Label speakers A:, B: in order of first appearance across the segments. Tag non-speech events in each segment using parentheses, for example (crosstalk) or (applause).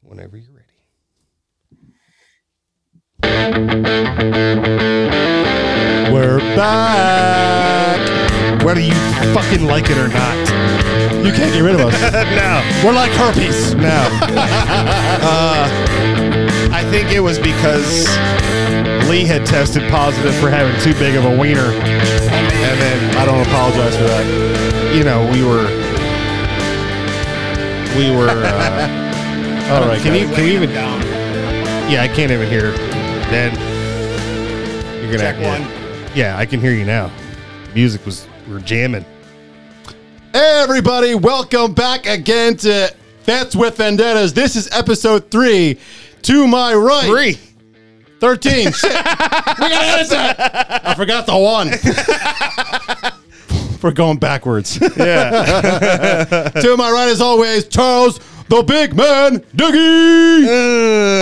A: whenever you're ready.
B: We're back. Whether you fucking like it or not, you can't get rid of us.
A: (laughs) no,
B: We're like herpes.
A: no. (laughs) uh, I think it was because
B: Lee had tested positive for having too big of a wiener, and then I don't apologize for that.
A: you know we were we were. Uh,
B: (laughs) All right,
A: can you
B: guys.
A: can you even down? Yeah, I can't even hear. Dan, you're gonna
C: Check
A: yeah. Yeah, I can hear you now. Music was we're jamming.
C: Hey, everybody, welcome back again to That's with Vendettas. This is episode three. To my right, 13. Shit. we gotta edit that. I forgot the one. We're going backwards.
B: Yeah.
C: (laughs) to my right, as always, Charles the Big Man Diggy.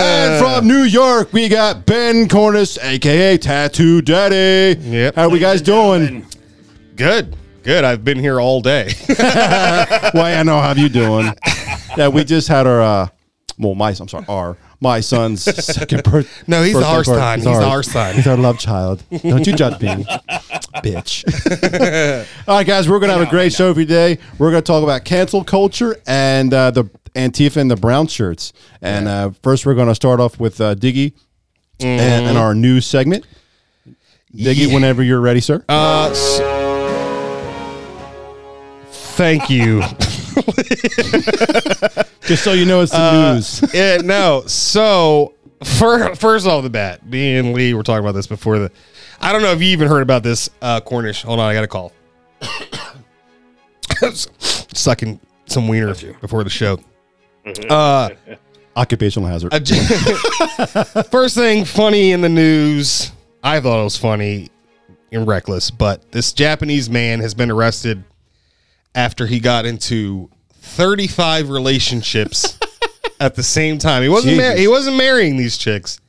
C: And from New York, we got Ben Cornish, aka Tattoo Daddy.
A: Yep.
C: How we guys doing?
A: Good. Good. I've been here all day.
C: Why I know how you doing? yeah, we just had our uh, well, my I'm sorry, our my son's second birth.
A: (laughs) No, he's
C: birthday
A: our
C: party.
A: son. He's our son.
C: He's our love child. Don't you judge me,
A: (laughs)
C: bitch. All right, guys, we're gonna have a great show today. We're gonna talk about cancel culture and uh, the Antifa and the brown shirts. And uh, first, we're gonna start off with uh, Diggy and, and our new segment. Diggy,
A: Mm-hmm. Yeah.
C: whenever you're ready, sir.
A: (laughs) Uh, s- thank you. (laughs)
C: Just so you know, it's the
A: Uh,
C: news.
A: yeah, no. So, fir- first off the bat, me and Lee were talking about this before the. I don't know if you even heard about this, uh, Cornish. Hold on, I got a call. (coughs) Sucking some wiener before the show. Uh,
C: Occupational hazard.
A: a j- (laughs) First thing funny in the news, I thought it was funny and reckless, but this Japanese man has been arrested after he got into 35 relationships at the same time. He wasn't mar-
C: Jesus.
A: he wasn't marrying these chicks,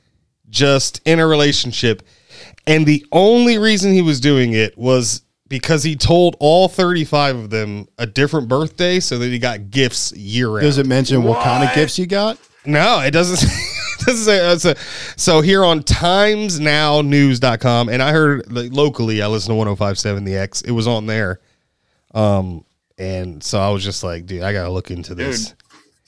A: just in a relationship. And the only reason he was doing it was because he told all 35 of them a different birthday so that he got gifts year round.
C: Does it mention what kind of gifts you got?
A: No, it doesn't. say- (laughs) it doesn't say. uh, so- so here on timesnownews.com, and I heard like, locally, I listened to 1057 The X. It was on there. Um, and so I was just like, dude, I got to look into this.
D: Dude.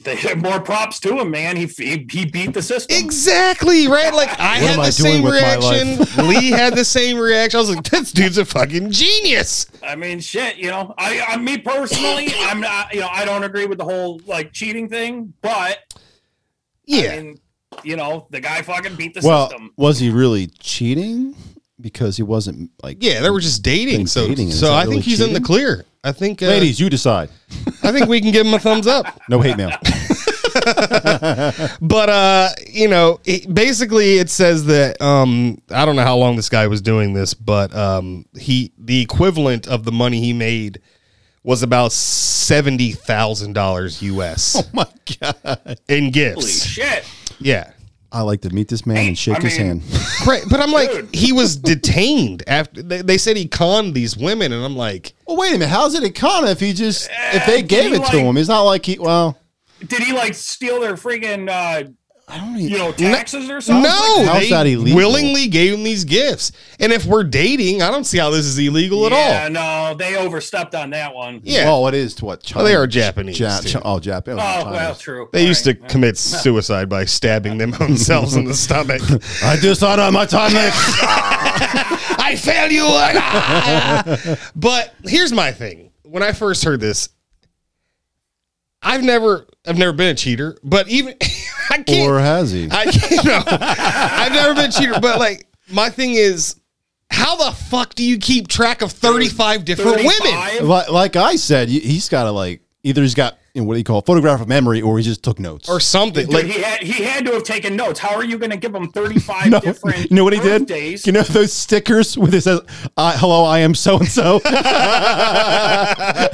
D: They have more props to him, man. He he, he beat the system.
A: Exactly, right? Like, I
C: What
A: had
C: am
A: the
C: I doing
A: same
C: with my
A: reaction.
C: (laughs)
A: Lee had the same reaction. I was like, this dude's a fucking genius.
D: I mean, shit. You know, I, I me personally, I'm not. You know, I don't agree with the whole like cheating thing, but
A: Yeah.
D: I mean, you know, the guy fucking beat the
C: Well,
D: system.
C: was he really cheating? Because he wasn't like.
A: yeah, they were just dating.
C: Think
A: So,
C: dating, is
A: so
C: that
A: I
C: really
A: think he's in
C: cheating?
A: the clear. I think, uh,
C: Ladies, you decide.
A: I think we can give him a thumbs up.
C: No hate
D: (laughs)
C: mail.
A: but uh you know it, basically it says that um i don't know how long this guy was doing this but um he the equivalent of the money he made was about seventy thousand dollars us
C: my God.
A: in
D: Holy
A: gifts
D: shit!
A: yeah
C: I like to meet this man and shake
D: I
C: his
D: mean-
C: hand.
A: Cra- but i'm like
D: Dude.
A: he was detained after they, they said he conned these women and i'm like
C: Well, wait a minute. How's it a con if he just if
D: Eh,
C: they gave
D: he
C: it to
D: like-
C: him? It's not like he. Well,
D: Did he like steal their freaking uh,
C: I don't.
D: you
C: Even,
D: know taxes or something?
A: no
C: How's
A: they
C: that illegal?
A: willingly gave him these gifts and if we're dating i don't see how this is illegal
D: yeah,
A: at all
D: no, they overstepped on that one.
A: yeah
C: Well, it is to what? China,
A: Well, they are Japanese,
C: Ja-
A: too.
C: Chi- oh, Japan.
D: Oh
C: China.
D: well, true.
A: They used to
D: (laughs)
A: commit suicide by stabbing them (laughs) themselves in the stomach.
C: I decided on my time
D: (laughs)
C: next.
A: I fail you. Ah! (laughs) but here's my thing. When I first heard this, I've never I've never been a cheater, but even (laughs) I can't
C: or has he?
A: I can't no. I've never been a cheater, but like my thing is how the fuck do you keep track of 35 different women?
D: Thirty-five?
C: like, like I said, he- he's got to like either he's got you know, what do you call it, photograph of memory, or he just took notes.
A: Or something.
D: Dude,
A: Like
D: he had he had to have taken notes. How are you going to give him
A: (laughs)
D: thirty five different?
C: You know what he
D: birthdays?
C: did? You know those stickers with it says, uh, "Hello, I am so and so."
D: (laughs)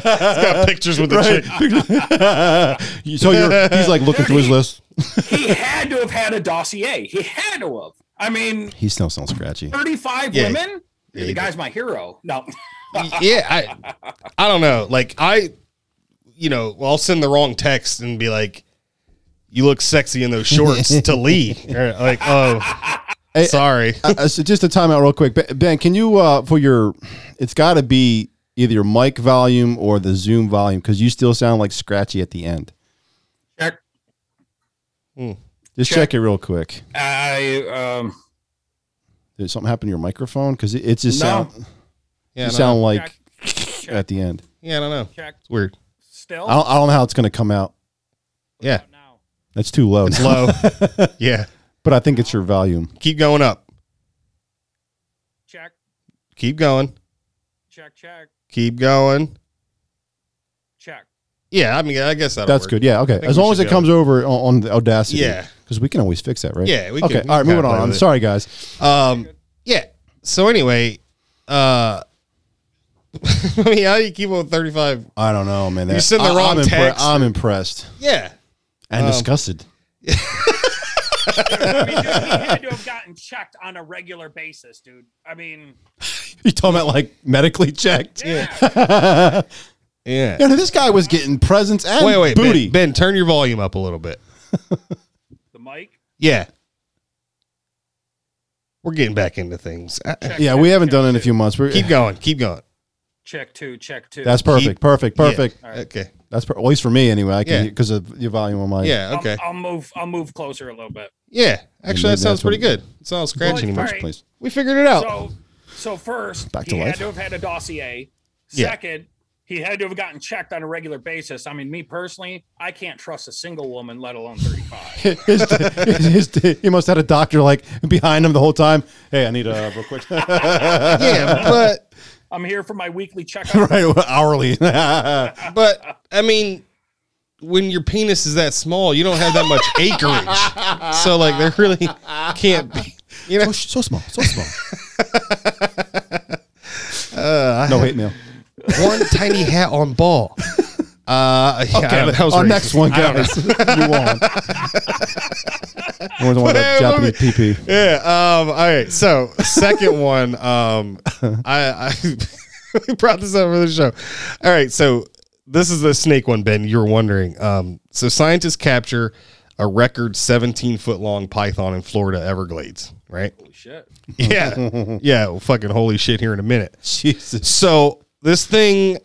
A: got pictures with the chick.
C: (laughs) So you're, he's like looking through his list.
D: he had to have had a dossier. He had to have. I mean,
C: He still sounds scratchy. Uh,
D: 35
A: Yeah.
D: women?
A: Yeah, he
D: the guy's my hero. No.
A: yeah, I I don't know. Like I you know, well, I'll send the wrong text and be like, you look sexy in those shorts
C: (laughs)
A: to Lee. Or, Like, oh,
C: Hey,
A: sorry.
C: uh, uh, so just a timeout real quick. Ben- Ben, can you uh, for your? It's got to be either your mic volume or the Zoom volume because you still sound like scratchy at the end.
D: Check.
A: Hmm.
C: Just check.
D: Check.
C: it real quick.
D: I um
C: Did something happen to your microphone? Because it, it just
D: No.
C: sound
A: Yeah, I
C: you
A: don't
C: sound
A: know.
C: like
D: check, Oh.
C: at the end.
A: yeah, I don't know.
D: check
A: It's weird.
D: still.
C: I don't, I don't know how it's going to come out.
A: Oh, Yeah,
D: Now.
C: That's too low.
A: it's low.
C: (laughs)
A: yeah,
C: but I think it's your volume.
A: keep going up.
D: Check,
A: Keep going.
D: check, check,
A: Keep going.
D: check. (laughs)
A: Yeah, I mean, I guess that'll
C: That's
A: work.
C: good. Yeah. Okay.
A: think
C: As
A: we
C: long
A: should
C: as it
A: go.
C: comes over on, on the Audacity.
A: Yeah.
C: Because we can always fix that, right?
A: Yeah, we
C: okay.
A: can- we
C: All right.
A: can
C: Moving
A: kinda
C: on.
A: play
C: I'm
A: with it.
C: sorry, guys.
A: Um, yeah. So anyway, uh, (laughs) I mean, how do you keep on thirty-five?
C: I don't know, man.
A: You
C: That-
A: sent the
C: I-
A: wrong
C: I'm impre-
A: text.
C: I'm impressed
A: Yeah,
C: and
A: Um,
C: disgusted. (laughs)
D: I mean, dude, he had to have gotten checked on a regular basis, dude. I mean,
C: You talking about like medically checked?
D: yeah.
C: (laughs) Yeah.
A: yeah.
C: no, this guy was getting presents and
A: Wait, wait,
C: booty.
A: Ben, ben, turn your volume up a little bit.
D: The mic.
A: Yeah, we're getting back into things. Uh,
D: Check,
C: yeah,
D: check,
C: we haven't
D: check
C: done it in a
D: two.
C: few months. We're,
A: Keep going. Keep going.
D: Check two, check
C: (laughs)
D: two.
C: that's perfect. Perfect.
A: Yeah.
C: Perfect.
D: All right.
A: Okay.
C: That's per- at least for me anyway. I can
A: Yeah.
C: because of your volume on my
A: Yeah.
D: I'll-
A: Okay.
D: I'll, move. I'll move closer a little bit.
A: Yeah. Actually,
C: maybe
A: that sounds
C: that's what
A: pretty
C: it-
A: good. It's not scratching anymore.
D: Well, it's-
C: place.
A: We figured it out.
D: So, so first,
C: Back to
D: he
C: life.
D: had to have had a dossier.
A: Yeah.
D: Second, he had to have gotten checked on a regular basis. I mean, me personally, I can't trust a single woman, let alone thirty-five.
C: (laughs) his, his, he must have had a doctor like behind him the whole time. Hey, I need a real quick. (laughs) right,
A: yeah, but
D: I'm here for my weekly
A: (laughs)
D: checkup.
C: well, hourly. (laughs)
A: but I mean, when your penis is that small, you don't have that
D: (laughs)
A: much acreage. so like, there really can't be. You know,
C: so, so small, so small. no hate mail.
A: one tiny hat on ball. (laughs) Uh, yeah,
C: Okay,
A: that was
C: our
A: racist.
C: next one,
A: I don't know.
C: guys. (laughs) you won. We're the one
A: Whatever.
C: about Japanese PP.
A: Yeah. Um, all right. So second one. Um, (laughs) I, I we brought this up for the show. All right. So this is the snake one, Ben. You were wondering. Um, so scientists capture a record 17 foot long python in Florida Everglades. Right. (laughs)
D: Holy shit!
A: Yeah. yeah. well, fucking holy shit. Here in a minute.
C: Jesus.
A: So this thing,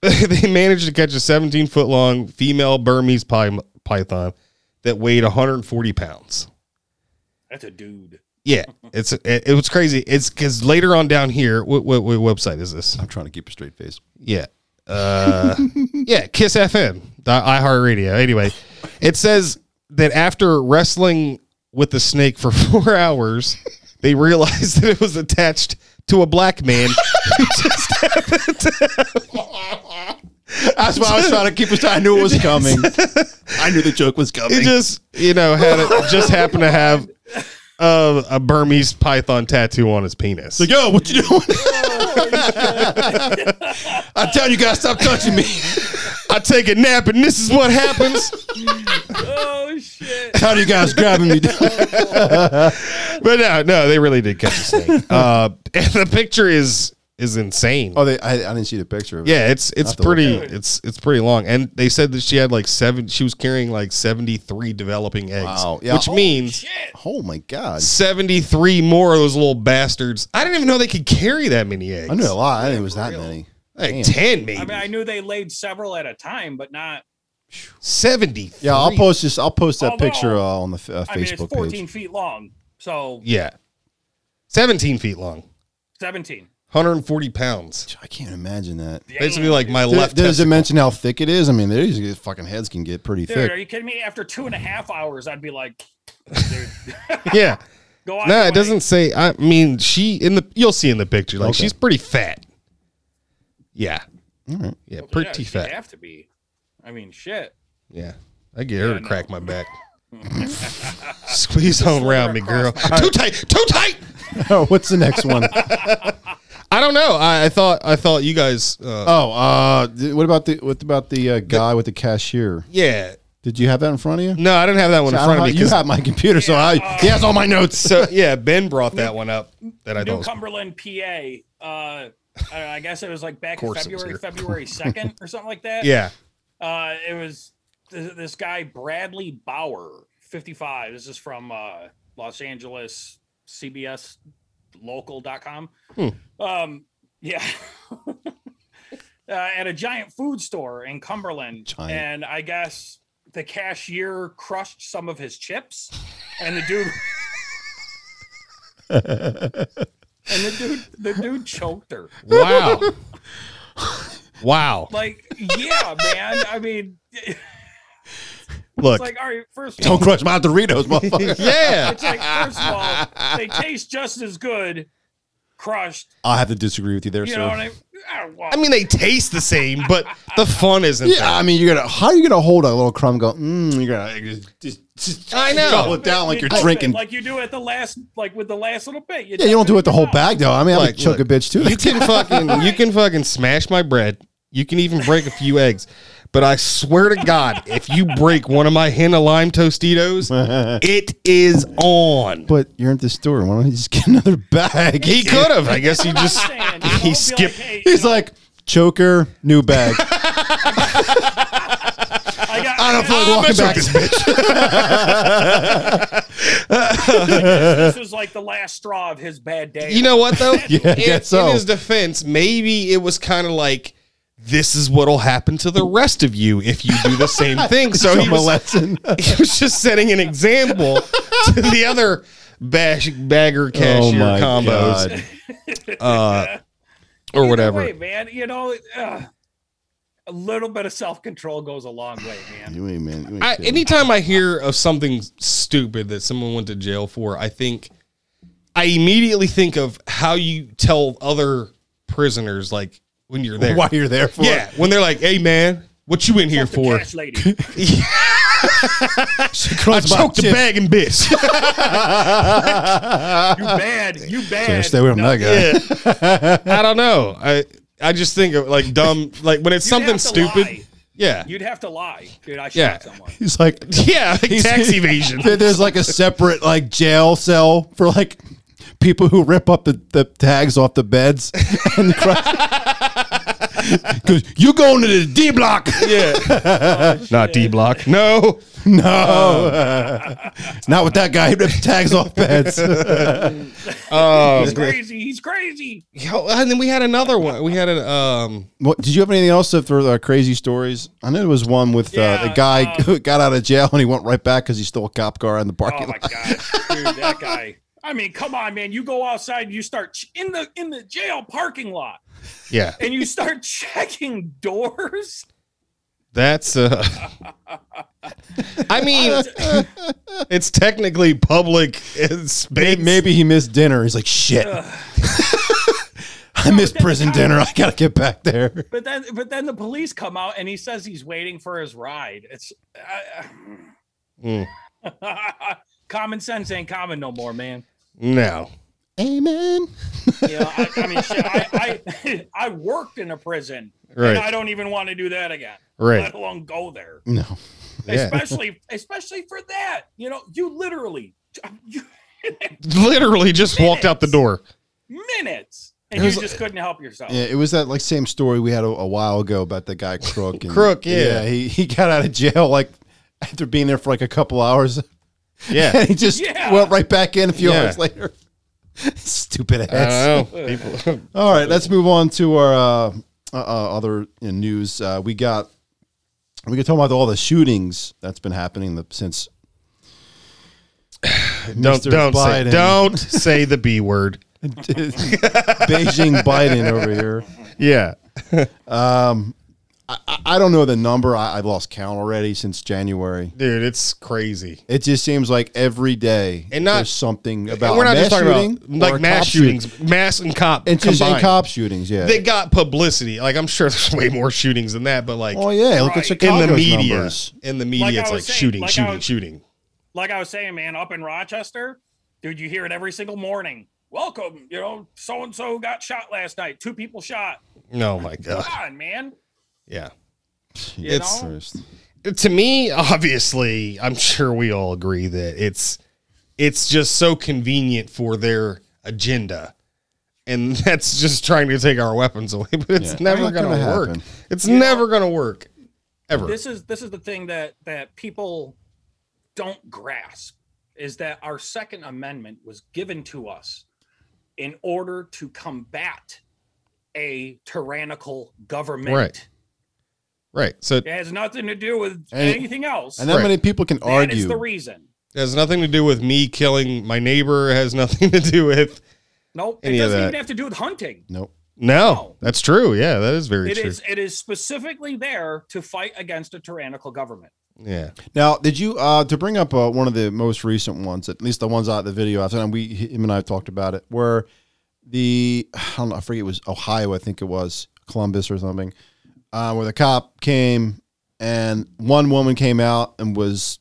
A: (laughs) they managed to catch a 17 foot long female Burmese py- python that weighed 140 pounds.
D: That's a dude.
A: Yeah, it's it, it was crazy. It's because later on down here, what, what, what website is this?
C: I'm trying to keep a straight face.
A: Yeah, uh, yeah, Kiss FM, the iHeartRadio. Anyway, it says that after wrestling with the snake for (laughs) four hours, they realized that it was attached to a black man. (laughs)
C: That's why I was trying to keep a straight. I knew it was coming. I knew the joke was
A: It
C: coming.
A: just you know had it just happened to have a, a Burmese python tattoo on his penis.
C: Like, yo, what you doing? (laughs) I tell you guys, stop touching me.
A: I take a nap and this is what happens.
D: Oh
A: (laughs)
D: shit!
C: How do you guys grabbing me?
A: But no, no, they really did catch a snake.
C: (laughs)
A: uh, and the picture is is insane.
C: oh, they, I, I didn't see the picture of it.
A: yeah, it's it's
C: have to look
A: pretty
D: at it.
A: it's it's pretty long. And they said that she had like seven. She was carrying like seventy three developing eggs,
C: Wow, yeah.
A: which
C: Holy
A: means
D: Shit!
C: Oh my god.
A: seventy three more of those little bastards. I didn't even know they could carry that many eggs.
C: I knew a lot. I didn't think it was that many.
A: like
C: Damn.
A: ten maybe
D: I mean, I knew they laid several at a time, but not.
A: seventy.
C: Yeah, I'll post this. I'll post that
D: Although,
C: picture uh, on the f- uh,
D: I mean, it's
C: Facebook
D: 14
C: page.
D: feet long, so
A: Yeah, seventeen feet long,
D: 17.
A: one hundred and forty pounds.
C: I can't imagine that.
A: Basically, like my
C: Did-
A: left.
C: does it mention how thick it is? I mean, these fucking heads can get pretty
D: Dude,
C: thick.
D: are you kidding me? After two and a half hours, I'd be like, dude,
A: testicle. (laughs) yeah.
D: go on.
A: No,
D: your way.
A: it doesn't say. I mean, she in the you'll see in the picture. Like
C: Okay.
A: she's pretty fat. Yeah, yeah,
D: Well, yeah,
A: pretty
D: she'd
A: fat.
D: Have to be. I mean, shit.
A: Yeah, I get her
D: Yeah,
A: to
D: no.
A: crack my
D: (laughs)
A: back. Squeeze home around me, girl.
D: across
A: Too tight, too tight.
C: oh, (laughs) what's the next one?
A: I don't know. I, I thought I thought you guys. Uh,
C: Oh, uh, th- what about the what about the uh, guy with the cashier?
A: yeah.
C: Did you have that in front of you?
A: No, I didn't have that one in
C: I
A: front
C: don't
A: of me.
C: have- you
A: 'cause-
C: have my computer, so I he has all my notes.
A: so yeah, Ben brought that one up that I thought
D: New
A: was
D: Cumberland, PA. Uh, I, I guess it was like back in
A: course it was (laughs) here.
D: February, February 2nd or something like that.
A: yeah.
D: Uh, it was th- this guy Bradley Bauer, 55. This is from uh, Los Angeles CBS local.com.
C: Hmm.
D: Um, yeah. (laughs) uh, at a giant food store in Cumberland.
C: Giant.
D: And I guess the cashier crushed some of his chips and the dude (laughs) And the dude the dude choked her.
A: Wow.
D: (laughs)
A: wow.
D: Like, yeah, man. I mean, it's
A: Look.
D: like, all right, first of
C: (laughs)
D: all,
C: Don't crush my Doritos, motherfucker.
A: yeah.
D: It's like, first of all,
C: (laughs)
D: they taste just as good crushed.
C: I have to disagree with you there,
D: You
C: sir.
D: know what I mean? Ah, well,
A: I mean, they taste the same, but the fun isn't
C: yeah,
A: there.
C: I mean, you're gonna how are you gonna hold a little crumb? and Go, mm, you're gonna just, just, just (laughs)
A: I know.
C: gobble it down like
D: you
C: you're
D: dump it,
C: drinking.
D: like you do at the last, like with the last little bit.
C: yeah, you don't do it the whole bag though. I mean, I
A: Like,
C: would choke
A: look,
C: a bitch too.
A: You (laughs) can fucking you can fucking smash my bread. You can even break a few eggs. But I swear to God, if you break one of my henna lime (laughs) tostitos, it is on.
C: (laughs) but you're at the store. Why don't you just get another bag?
A: He could have. I guess he just he skipped.
C: (laughs) He's like choker, new bag.
D: I got,
C: I don't feel like walking back.
D: this was like the last straw of his bad day.
A: You know what though?
C: (laughs) Yeah, I
A: in,
C: guess so.
A: in his defense, maybe it was kind of like this is what'll happen to the rest of you if you do the
C: (laughs)
A: same thing. So he
C: From a
A: was,
C: lesson.
A: (laughs) he was just setting an example to the other bash bagger (laughs) cashier combos.
C: Oh
A: (laughs)
C: God.
A: or
D: Either
A: whatever.
D: way, man. You know, uh, a little bit of self control goes a long way, man.
C: You ain't man. You ain't
A: I,
C: kidding.
A: anytime I hear of something stupid that someone went to jail for, I think I immediately think of how you tell other prisoners, like when you're there.
C: Why you're there for?
A: yeah, when they're like, "Hey, man, what you in here
D: The
A: for?"
C: (laughs)
D: cash lady.
A: I
C: my
A: choked the
C: chips.
A: bag and (laughs) bitch.
D: You bad. You bad.
C: Ah. Stay away from that guy.
A: I don't know. I I just think of like dumb, like when it's
D: You'd
A: something
D: have to
A: stupid.
D: lie.
A: Yeah,
D: You'd have to lie, dude. I shot
A: Yeah.
D: someone.
C: He's like,
A: (laughs) yeah, (laughs) like
C: He's-
A: tax evasion.
C: There- (laughs) There's like a separate like jail cell for like people who rip up the, the tags off the beds (laughs) and because you going to the D block.
A: Yeah, not D block. No,
C: No, not with that guy. He rips tags
A: (laughs)
C: off beds. Oh,
D: He's crazy. He's crazy.
A: Yo, and then we had another one. We had an um.
C: what, did you have anything else for uh, crazy stories? I know there was one with uh, the
D: Yeah,
C: guy
D: um,
C: who got out of jail and he went right back because he stole a cop car in the
D: Oh
C: parking
D: my
C: lot.
D: gosh, dude, that guy. I mean, come on, man. You go outside and you start ch- in the in the jail parking lot
A: Yeah,
D: and you start (laughs) checking doors.
A: That's uh (laughs) I
D: (laughs)
A: mean it's technically public uh, space.
C: Maybe he missed dinner. He's like, shit. (laughs) I missed
D: (laughs)
C: prison dinner. I gotta get back there.
D: But then but then the police come out and he says he's waiting for his ride. It's I
A: Hmm.
D: I- (laughs) common sense ain't common no more, man.
A: no.
C: Amen.
D: You know, I, I mean, shit, I, I (laughs) I worked in a prison,
A: Right.
D: and I don't even want to do that again.
A: Right.
D: Let alone go there.
C: No.
D: especially especially for that. You know, you literally you,
A: Literally just walked out the door.
D: minutes, and you just couldn't help yourself.
C: Yeah, it was that like same story we had a, a while ago about the guy Crook. And,
A: Crook, yeah.
C: he, he got out of jail like after being there for like a couple hours, (laughs)
A: Yeah.
C: and he just
D: Yeah.
C: went right back in a few
A: Yeah.
C: hours later. (laughs) Stupid
A: I
C: ass.
A: don't know. People,
C: All right, let's move on to our uh, uh, uh, other you know, news. Uh, we got we can talk about all the shootings that's been happening the, since.
A: (sighs) don't
C: Mr.
A: don't say, (laughs)
C: Biden.
A: don't say the B word.
C: (laughs) Beijing Biden over here.
A: Yeah.
C: I- I don't know the number. I, I've lost count already since January.
A: Dude, it's crazy.
C: It just seems like every day
A: And not-
C: there's something about
A: And we're not
C: mass
A: just talking
C: shooting
A: about like
C: or
A: mass
C: cop shooting.
A: shootings, mass and cop
C: And just in
A: combined.
C: cop shootings, yeah.
A: they got publicity. Like I'm sure (laughs) there's way more shootings than that, but like
C: oh yeah, look at
D: Right.
A: in
C: Chicago's
A: the media,
C: numbers.
A: in the media,
D: Like I
A: it's like
D: was saying,
A: shooting,
D: like I
A: shooting,
D: was-
A: shooting.
D: Like I was saying, man, up in Rochester, dude, you hear it every single morning. Welcome, you know, so and so got shot last night. Two people shot.
A: Oh my god.
D: Come on, man.
A: Yeah.
D: You
A: It's-
D: know?
A: to me, obviously, I'm sure we all agree that it's it's just so convenient for their agenda. And (laughs) that's just trying to take our weapons away, (laughs) but it's
C: Yeah.
A: never
C: Not
A: gonna,
C: gonna
A: work.
C: happen.
A: It's never gonna work. Ever.
D: this is this is the thing that that people don't grasp is that our second amendment was given to us in order to combat a tyrannical government
A: Right. right. So it
D: it has nothing to do with
C: And-
D: anything else
C: And how
A: Right.
C: many people can
D: that is
C: argue?
D: the reason
A: has nothing to do with me killing my neighbor. It has nothing to do with.
D: nope
A: Any
D: it
A: of
D: doesn't
A: that.
D: even have to do with hunting
C: nope.
A: No,
D: No.
A: that's true. Yeah, that is very
D: It is
A: true.
D: it is specifically there to fight against a tyrannical government
A: Yeah.
C: Now, did you uh, to bring up uh, one of the most recent ones, at least the ones out of the video I've seen, and we him and I have talked about it, where the I don't know, I forget it was Ohio, I think it was Columbus or something, uh, where the cop came and one woman came out and was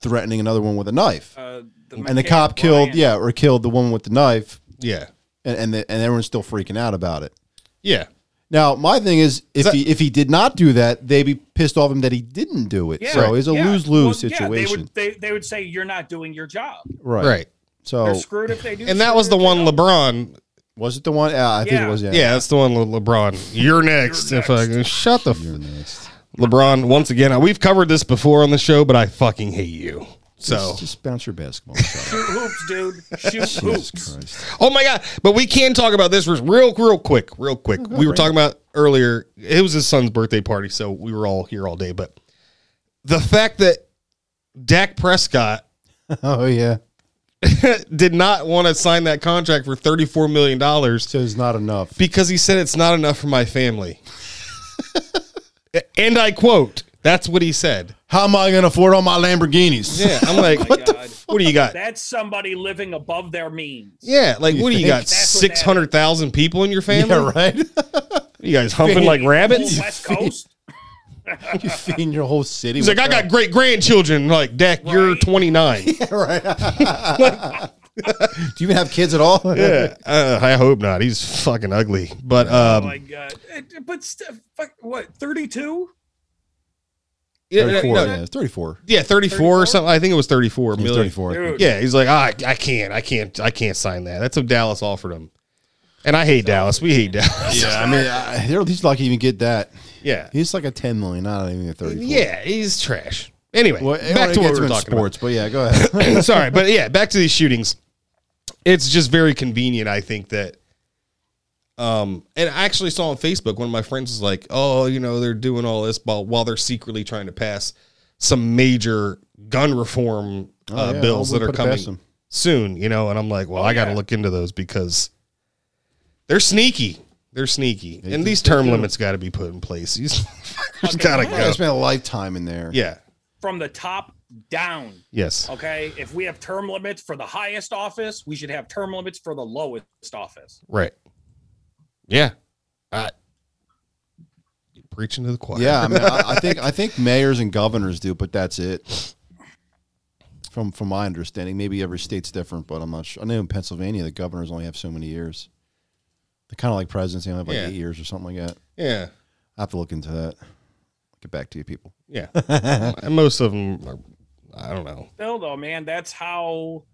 C: threatening another one with a knife,
D: uh, the
C: and the
D: mechanic
C: cop killed
D: Ryan,
C: yeah or killed the woman with the knife,
A: Yeah.
C: and and, the, and everyone's still freaking out about it.
A: Yeah.
C: Now, my thing is, if
A: that-
C: he if he did not do that, they'd be pissed off him that he didn't do it.
D: Yeah,
C: so it's a
D: yeah.
C: lose lose
D: Well, yeah, they
C: situation,
D: would they, they would say you're not doing your job
C: right?
A: Right.
C: So
D: they're screwed if they do
A: And that was the
D: screw if
A: one
D: they don't.
A: LeBron.
C: was it the one? Yeah, I think it
D: Yeah.
C: was. Yeah.
A: Yeah, that's the one Le- LeBron. You're next.
D: You're
A: If I can shut the f-
C: You're next.
A: LeBron once again. We've covered this before on the show, but I fucking hate you. So
C: Just, just bounce your basketball.
D: (laughs)
C: shot.
D: shoot hoops
C: (laughs)
D: dude shoot
C: Jesus
D: hoops
C: Christ. (laughs)
A: Oh my god! But we can talk about this real, real quick, real quick. We were talking about earlier. It was his son's birthday party, so we were all here all day. But the fact that Dak Prescott
C: Oh yeah.
A: did not want to sign that contract for thirty-four million dollars
C: So it's not enough.
A: because he said it's not enough for my family, (laughs) and I quote, "That's what he said."
C: How am I going to afford all my Lamborghinis?
A: (laughs) Yeah, I'm like,
D: (laughs) my
A: what, the
D: God.
A: f- what do you got?
D: that's somebody living above their means
A: Yeah, like what do you
C: think?
A: got?
D: That's what that is.
A: Six hundred thousand people in your family?
C: Yeah, right.
A: You guys humping like rabbits?
D: Whole west coast
C: (laughs) you feeding your whole city.
A: He's like, I got great grandchildren. Like, Dak, you're
D: Right.
A: 29.
C: (laughs)
A: (laughs)
C: Do you even have kids at all? (laughs)
A: yeah. Uh, I hope not. He's fucking ugly. But um,
D: like uh, but st- fuck, what 32
A: yeah, yeah,
C: 34.
A: no,
C: yeah, it's 34.
A: yeah, 34 or
D: 34?
A: something. I think it was 34
C: It was
A: million.
C: 34. I think.
D: Dude.
A: Yeah, he's like, "Ah, I, I can't, I can't, I can't sign that. That's what Dallas offered him. And I hate Dallas. We hate Dallas.
C: Yeah, I mean, I, (laughs) they're- he's lucky to even get that.
A: (laughs) Yeah.
C: He's like a 10 million, not even a 34.
A: Yeah, he's trash. Anyway,
C: Well,
A: back to what we were talking about.
C: sports, but yeah, go ahead.
A: (clears throat)
C: (laughs)
A: Sorry, but yeah, back to these shootings. It's just very convenient, I think that. Um, and I actually saw on Facebook one of my friends was like, "Oh, you know, they're doing all this while while they're secretly trying to pass some major gun reform
C: Oh,
A: uh,
C: yeah,
A: bills
C: I
A: that are
C: wouldn't put it past
A: coming
C: them.
A: soon." You know, and I'm like, "Well,
C: Oh,
A: I got to
D: yeah.
A: look into those because they're sneaky. They're sneaky, and these term limits got to be put in place. These (laughs) got to
C: Yeah, I
A: go.
C: spent a lifetime in there.
A: Yeah.
D: from the top down
A: Yes.
D: okay if we have term limits for the highest office we should have term limits for the lowest office
A: Right. Yeah. I, you're preaching to the choir.
C: (laughs) Yeah, I mean, I, I think I think mayors and governors do, but that's it. From from my understanding, maybe every state's different, but I'm not sure. I know in Pennsylvania, the governors only have so many years. They're kind of like presidents; they only have like
A: Yeah.
C: eight years or something like that.
A: Yeah.
C: I have to look into that. Get back to you, people.
A: Yeah. and most of them are, I don't know.
D: still though man that's how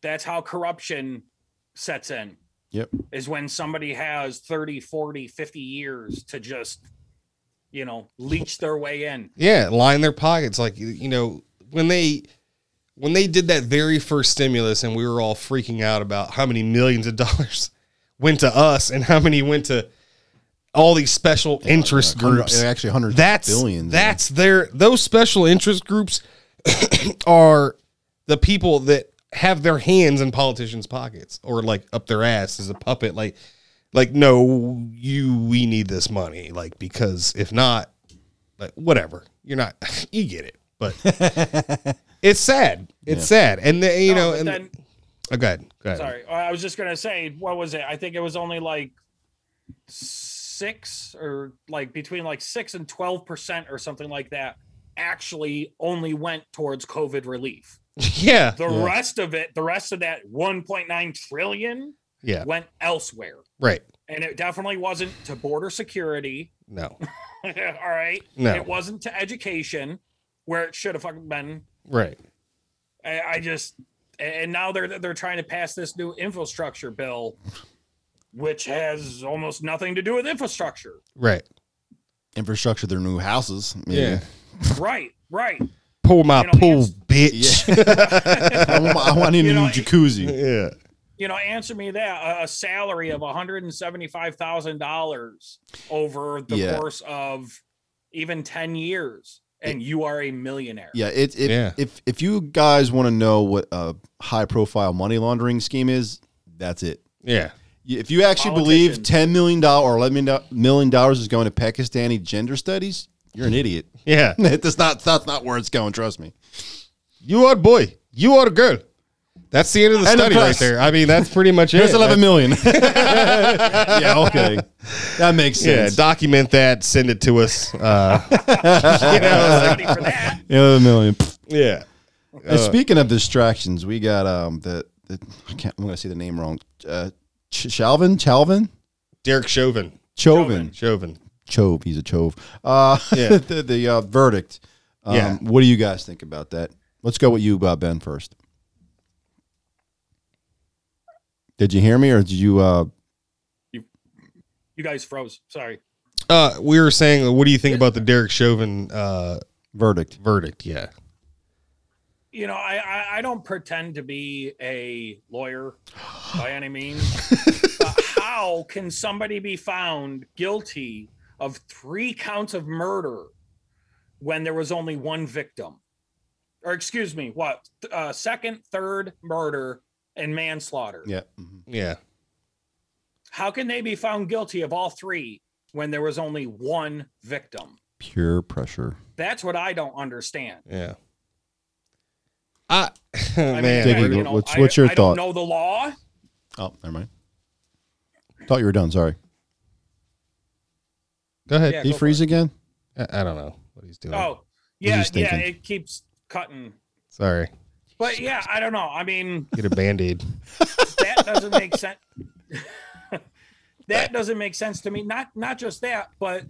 D: that's how corruption sets in
C: Yep.
D: is when somebody has 30 40 50 years to just you know leech their way in
A: Yeah. Line their pockets. Like, you- you know, when they, when they did that very first stimulus and we were all freaking out about how many millions of (laughs) dollars went to us and how many went to all these special interest
C: Hundred-
A: groups.
C: actually, hundreds.
A: that's
C: billions.
A: that's their those special interest groups (coughs) are the people that have their hands in politicians pockets or like up their ass as a puppet like like no you we need this money like because if not like whatever you're not (laughs) you get it
C: (laughs)
A: but it's sad it's sad and the, you
D: No,
A: know
D: but
A: and
D: then-
A: oh, go ahead go ahead
D: Sorry, I was just gonna say, what was it? I think it was only like six or like between like six and twelve percent or something like that. Actually, only went towards COVID relief.
A: (laughs) yeah
D: The
C: Yeah.
D: rest of it, the rest of that one point nine trillion,
A: yeah
D: went elsewhere,
A: right
D: and it definitely wasn't to border security. (laughs)
A: no
D: all right,
A: No.
D: it wasn't to education, where it should have fucking been.
A: right
D: I, I just and now they're they're trying to pass this new infrastructure bill, which has almost nothing to do with infrastructure.
A: right
C: infrastructure their new houses. maybe.
A: Yeah.
D: right, right.
A: Pull my
D: You know,
A: pool,
D: yes.
A: bitch.
C: (laughs) I, want, I want in a
D: You
C: new
D: know,
C: jacuzzi.
A: (laughs) Yeah.
D: You know, answer me that a, a salary of one hundred and seventy-five thousand dollars over the
C: Yeah.
D: course of even ten years, and you are a millionaire.
C: Yeah, it, it,
A: Yeah.
C: If if you guys want to know what a high profile money laundering scheme is, that's it.
A: Yeah.
C: Y- If you actually believe
D: Politicians.
C: ten million dollar or eleven do- million dollars is going to Pakistani gender studies, you're an idiot. (laughs)
A: Yeah.
C: that's not that's not where it's going. Trust me.
A: You are the boy. You are the girl. That's the end of the
C: End of
A: study right
C: class.
A: there. I mean, that's pretty (laughs) much it.
C: There's eleven
A: That's-
C: million. (laughs) yeah, okay, that makes
A: Yeah,
C: sense.
A: document that. Send it to us. Uh, (laughs)
D: You know, ready for that.
C: eleven million.
A: yeah.
C: And speaking of distractions, we got um the, the I can't, I'm going to say the name wrong. Uh, Ch- Chalvin, Chalvin,
A: Derek Chauvin.
C: Chauvin,
A: Chauvin.
C: Chove. He's a Chove. Uh, (laughs)
A: Yeah.
C: the the uh, verdict. Um,
A: Yeah.
C: What do you guys think about that? Let's go with you, uh, Ben, first. Did you hear me, or did you? Uh,
D: You guys froze. Sorry.
A: Uh, we were saying, what do you think about the Derek Chauvin uh,
C: verdict.
A: verdict? Yeah.
D: You know, I, I I don't pretend to be a lawyer by
C: (laughs)
D: any means. but how can somebody be found guilty of three counts of murder when there was only one victim? Or excuse me, what Th- uh, second, third murder and manslaughter?
C: Yeah. Mhm.
A: Yeah.
D: How can they be found guilty of all three when there was only one victim?
C: Pure pressure.
D: That's what I don't understand.
A: Yeah. I, (laughs)
D: I
A: man.
C: Diggy,
A: we're-
C: what- Oh, what's- what's your
D: I,
C: thought?
D: I don't know the law.
C: Oh, never mind. Thought you were done. Sorry.
A: go ahead.
D: Yeah,
C: Did he
D: go for
C: freeze again?
A: I, I don't know what he's doing.
D: Oh, yeah,
C: he's
D: yeah,
C: thinking.
D: it keeps cutting.
A: Sorry.
D: But yeah, I don't know. I mean,
A: Get a band aid.
D: that doesn't make sense. (laughs) that doesn't make sense to me. Not not just that, but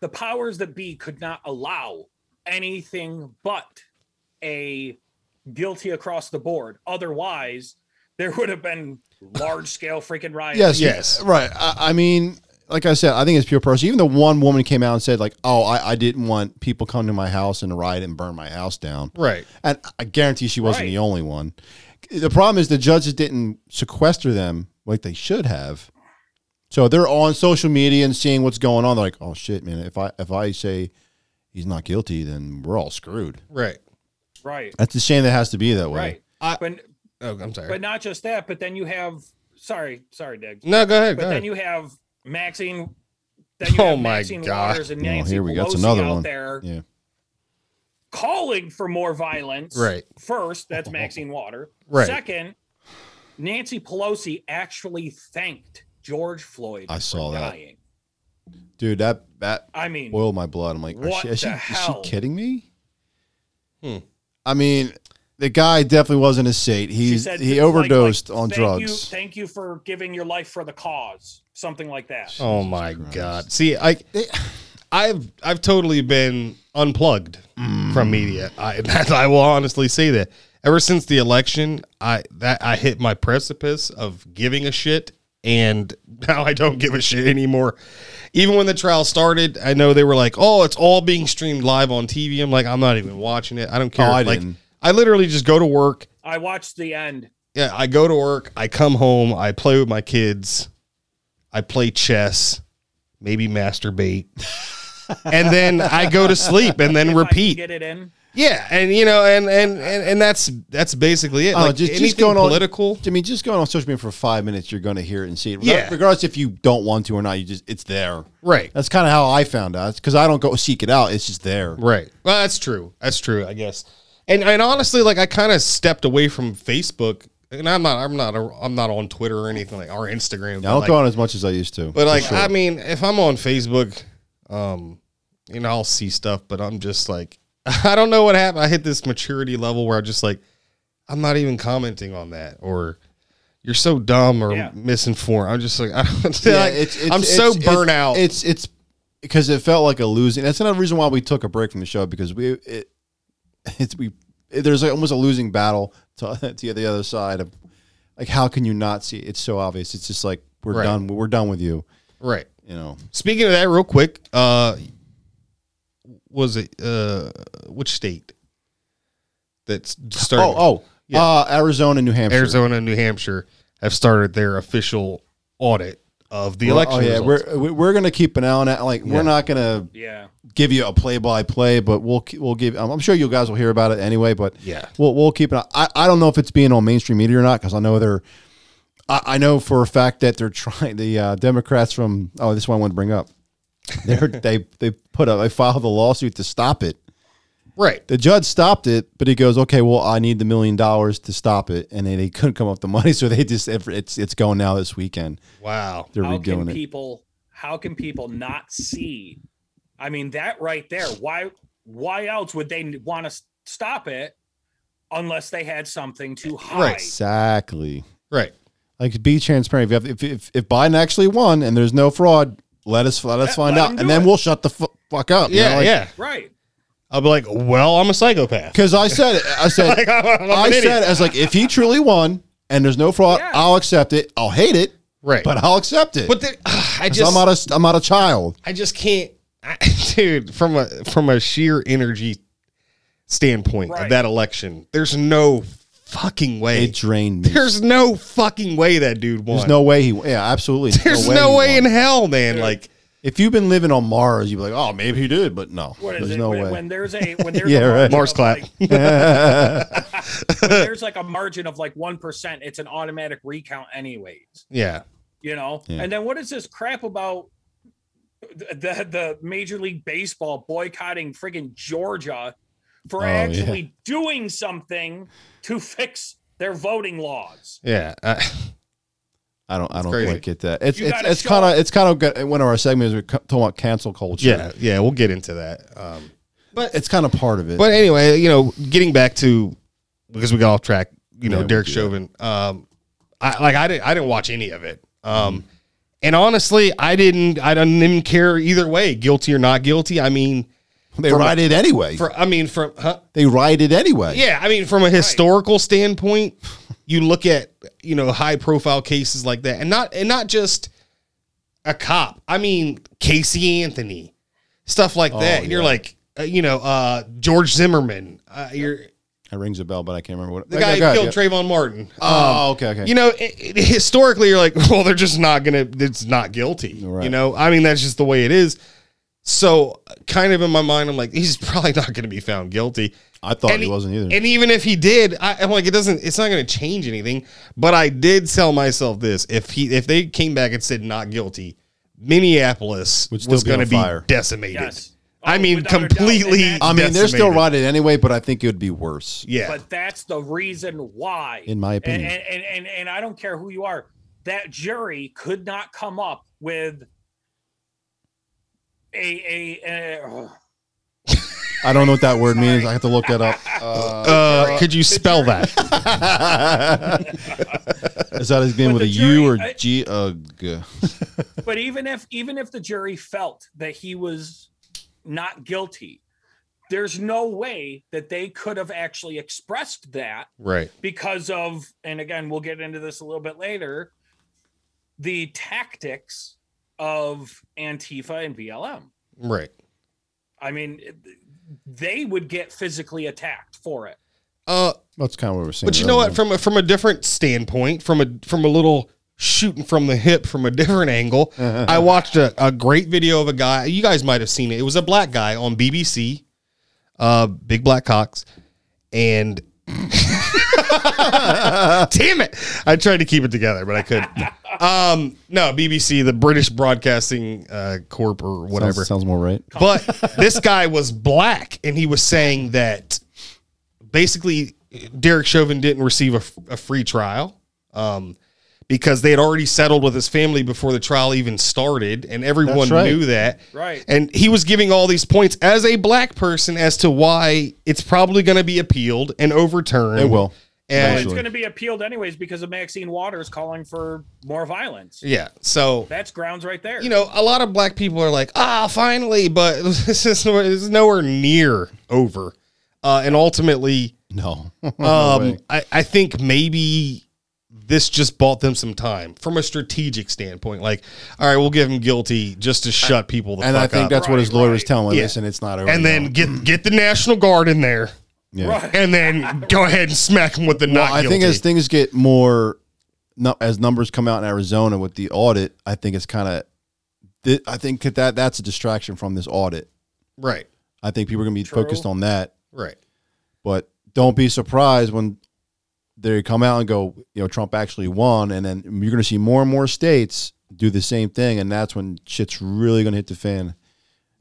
D: the powers that be could not allow anything but a guilty across the board. Otherwise, there would have been large scale freaking riots.
C: Yes.
A: Yes.
C: Yes. Right. I, I mean, like I said, I think it's pure pressure. Even the one woman came out and said, like, oh, I, I didn't want people coming to my house and riot and burn my house down.
A: (laughs) Right.
C: And I guarantee she wasn't
D: Right.
C: the only one. The problem is the judges didn't sequester them like they should have. So they're on social media and seeing what's going on. They're like, oh shit, man, if I if I say he's not guilty, then we're all screwed.
A: Right.
D: Right.
C: That's a shame that has to be that way.
D: Right.
A: I-
D: but
A: Oh, I'm sorry.
D: but not just that, but then you have sorry, sorry, Doug.
A: no, go ahead.
D: But
A: Go
D: then
A: ahead.
D: you have Maxine. Then you
A: Oh
D: have
A: my
D: Maxine
A: God.
D: Waters and
C: Oh,
D: Nancy
C: here we go. It's
D: Pelosi
C: another
D: out
C: one.
D: there
C: Yeah.
D: calling for more violence.
A: Right.
D: First,
C: (laughs)
D: that's Maxine Water.
A: Right.
D: Second, Nancy Pelosi actually thanked George Floyd.
C: I saw
D: for
C: that.
D: Dying.
C: Dude, that that
D: I mean,
C: boiled my blood. I'm like, are
D: What
C: she, is, she,
D: the
C: is she
D: hell?
C: kidding me?
A: Hmm.
C: I mean, the guy definitely wasn't a saint.
D: she
C: He
D: said
C: he
D: like- like,
C: overdosed on
D: "Thank
C: drugs.
D: You, thank you for giving your life for the cause. Something like that.
A: Oh my
C: Christ.
A: god. See, I I've I've totally been unplugged from media. I (laughs) that, I will honestly say that. Ever since the election, I that I hit my precipice of giving a shit and (laughs) now I don't give a shit anymore. Even when the trial started, I know they were like, "Oh, it's all being streamed live on TV." I'm like, "I'm not even watching it. I don't care."
C: Oh, I
A: like
C: didn't.
A: I literally just go to work.
D: I watched the end.
A: Yeah, I go to work, I come home, I play with my kids, I play chess, maybe
D: (laughs)
A: masturbate. and then I go to sleep and then
D: If I can
A: repeat.
D: Get it in.
A: Yeah, and you know, and and and, and that's that's basically it.
C: Oh,
A: like
C: just- just
A: anything
C: going on-
A: political.
C: I mean, just going on social media for five minutes, you're going to hear it and see it.
A: Yeah.
C: Regardless if you don't want to or not, you just it's there.
A: Right.
C: That's kind of how I found out because I don't go seek it out. It's just there.
A: Right. Well, that's true. That's true, I guess. And and honestly, like I kind of stepped away from Facebook. And I'm not I'm not I'm not on Twitter or anything like or Instagram.
C: I don't
A: like,
C: go on as much as I used to.
A: But
C: for
A: like,
C: sure.
A: I mean, if I'm on Facebook, um, you know, I'll see stuff, but I'm just like, (laughs) I don't know what happened. I hit this maturity level where I'm just like, I'm not even commenting on that, or you're so dumb or
D: Yeah.
A: misinformed. I'm just like, (laughs) I don't,
C: Yeah,
A: like,
C: it's- it's-
A: I'm
C: it's-
A: so
C: it's-
A: burnt out.
C: It's it's because it felt like a losing. That's another reason why we took a break from the show because we it (laughs) it's we there's like almost a losing battle to, (laughs) to the other side of like how can you not see? it? It's so obvious. It's just like we're
A: Right.
C: done. We're done with you.
A: right.
C: You know,
A: Speaking of that, real quick, uh, was it uh, which state that s- started?
C: oh oh,
A: Yeah.
C: uh, Arizona, New Hampshire,
A: Arizona and New Hampshire have started their official audit of the
C: Well,
A: election.
C: Oh yeah,
A: results.
C: we're we- we're gonna keep an eye on that. Like
A: Yeah.
C: we're not gonna
D: Yeah.
C: give you a play by play, but we'll ke- we'll give. I'm I'm sure you guys will hear about it anyway. But
A: Yeah.
C: we'll we'll keep an. eye. I I don't know if it's being on mainstream media or not because I know they're. I, I know for a fact that they're (laughs) trying the uh, Democrats from. Oh, this one I wanted to bring up.
A: (laughs)
C: They're, they they put up they filed a lawsuit to stop it.
A: right.
C: The judge stopped it, but he goes, "Okay, well, I need the million dollars to stop it," and then they couldn't come up with the money, (laughs) so they just it's it's going now this weekend.
A: Wow.
C: They're
D: how
C: redoing
D: can
C: it.
D: people how can people not see i mean that right there why why else would they want to stop it unless they had something to hide
C: Exactly.
A: Right.
C: Like be transparent. If, you have, if if if Biden actually won and there's no fraud, let us let us
D: Yeah,
C: find
D: let
C: out,
D: him
C: and
D: do
C: then
D: it.
C: we'll shut the fu- fuck up.
A: Yeah. yeah.
D: right
A: I'll be like, well, I'm a psychopath.
C: Because I said it. I
A: (laughs)
C: said
A: like, I'm, I'm an
C: I
A: idiot.
C: said as like if he truly won and there's no fraud,
D: Yeah.
C: I'll accept it. I'll hate it,
A: right.
C: but I'll accept it.
A: but there, (sighs) I
C: 'Cause
A: just
C: I'm not a I'm not a child.
A: I just can't, I, (laughs) dude. From a from a sheer energy standpoint of
D: Right.
A: that election, there's no fucking way.
C: It drained me.
A: There's no fucking way that dude won.
C: There's no way he. Yeah, absolutely.
A: There's no,
C: he
A: way
C: won.
A: in hell, man. Like,
C: If you've been living on Mars, you'd be like, oh, maybe he did, but no.
D: what is
C: there's
D: it
C: no
D: when,
C: way.
D: when there's a when
C: (laughs)
D: there's
C: Yeah,
D: a
C: right.
D: margin
A: Mars
D: of,
A: clap.
D: like,
C: (laughs)
D: when (laughs) there's like a margin of like one percent it's an automatic recount anyways
A: yeah,
D: you know
C: Yeah.
D: and then what is this crap about the the, the major league baseball boycotting friggin georgia for
C: Oh, yeah.
D: actually doing something to fix their voting laws
A: yeah. I,
C: I don't. I don't
A: crazy.
C: quite get that. It's
D: You
C: it's
D: gotta
C: it's
D: show
C: kind of it's kind of good. One of our segments we're talking about cancel culture.
A: yeah, yeah. We'll get into that. Um,
C: but it's kind of part of it.
A: But anyway, you know, getting back to because we got off track, you know,
C: Yeah, we
A: Derek
C: did.
A: Chauvin. Um, I like I didn't I didn't watch any of it. Um, and honestly, I didn't I didn't even care either way, guilty or not guilty. I mean,
C: they
A: from-
C: ride it anyway.
A: for I mean from huh?
C: they ride it anyway.
A: yeah, I mean from a historical standpoint, you look at you know high profile cases like that, and not and not just a cop. I mean Casey Anthony, stuff like
C: Oh,
A: that. And You're
C: yeah.
A: like uh, you know uh, George Zimmerman. Uh, you're
C: It rings a bell, but I can't remember what.
A: the guy
C: go
A: who
C: ahead,
A: killed
C: yeah.
A: Trayvon Martin. Um,
C: Oh, okay, okay.
A: you know, it, it- historically, you're like, (laughs) well, they're just not gonna. It's not guilty. You
C: Right.
A: know, I mean, that's just the way it is. So, kind of in my mind, I'm like, he's (laughs) probably not gonna be found guilty.
C: I thought
A: and
C: he
A: he-
C: wasn't either.
A: And even if he did, I, I'm like, it doesn't. It's not gonna change anything. But I did tell myself this: if he, if they came back and said not guilty, Minneapolis
C: Would still
A: was
C: be
A: gonna
C: on
A: be
C: fire.
A: decimated.
D: yes
A: I
D: Oh,
A: mean,
D: without a doubt. And
A: completely.
D: that-
C: I mean, they're still
A: decimated.
C: ride it anyway, but I think it would be worse.
A: Yeah.
D: but that's the reason why
C: In my
D: and,
C: opinion.
D: and, and and and i don't care who you are that jury could not come up with a a, uh, a
C: I don't know what that word means. I have to look that
A: (laughs)
C: up. Uh,
A: uh, could you spell that?
C: is that his name
D: But
C: with
D: the
C: a U or
D: jury- I-
C: G? Uh, g-
D: but even if even if the jury felt that he was not guilty there's no way that they could have actually expressed that
A: right.
D: because of and again we'll get into this a little bit later the tactics of antifa and vlm
A: Right.
D: i mean they would get physically attacked for it
A: Uh,
C: That's kind of what we're saying.
A: But you know what? From a, from a different standpoint, from a from a little shooting from the hip from a different angle, (laughs)
C: (laughs)
A: I watched a, a great video of a guy. You guys might have seen it. It was a black guy on BBC, uh, Big Black Cox, and (laughs) damn it, I tried to keep it together, but I (laughs) couldn't. Um, no, BBC, the British Broadcasting uh, Corp or whatever.
C: Sounds, sounds more right.
A: But this guy was black, and he was saying that basically Derek Chauvin didn't receive a, f- a free trial um, because they had already settled with his family before the trial even started, and everyone
C: That's right.
A: knew that.
D: Right.
A: And he was giving all these points as a black person as to why it's probably going to be appealed and overturned. (laughs)
C: It will.
A: And
D: it's
C: Actually.
D: going to be appealed anyways because of maxine waters calling for more violence
A: yeah, so
D: that's grounds right there
A: you know, a lot of black people are like, ah, finally, but (laughs) this is nowhere, this is nowhere near over. Uh, and ultimately,
C: No.
A: um,
C: way.
A: I, I think maybe this just bought them some time from a strategic standpoint. Like, all right, we'll give him guilty just to shut people the
C: and
A: fuck
C: I think
A: up.
C: that's what his
D: Right,
C: lawyer
D: right.
C: was telling him.
A: Yeah.
C: Listen, it's not over.
A: and then
C: yet.
A: get get the National Guard in there,
C: yeah.
D: Right.
A: and then go ahead and smack him with the
C: Well,
A: not
C: I
A: guilty.
C: think as things get more, no, as numbers come out in Arizona with the audit, I think it's kind of, thi- I think that- that that's a distraction from this audit.
A: right,
C: I think people are going to be
D: True.
C: focused on that,
A: right.
C: but don't be surprised when they come out and go, you know, Trump actually won, and then you're going to see more and more states do the same thing, and that's when shit's really going to hit the fan,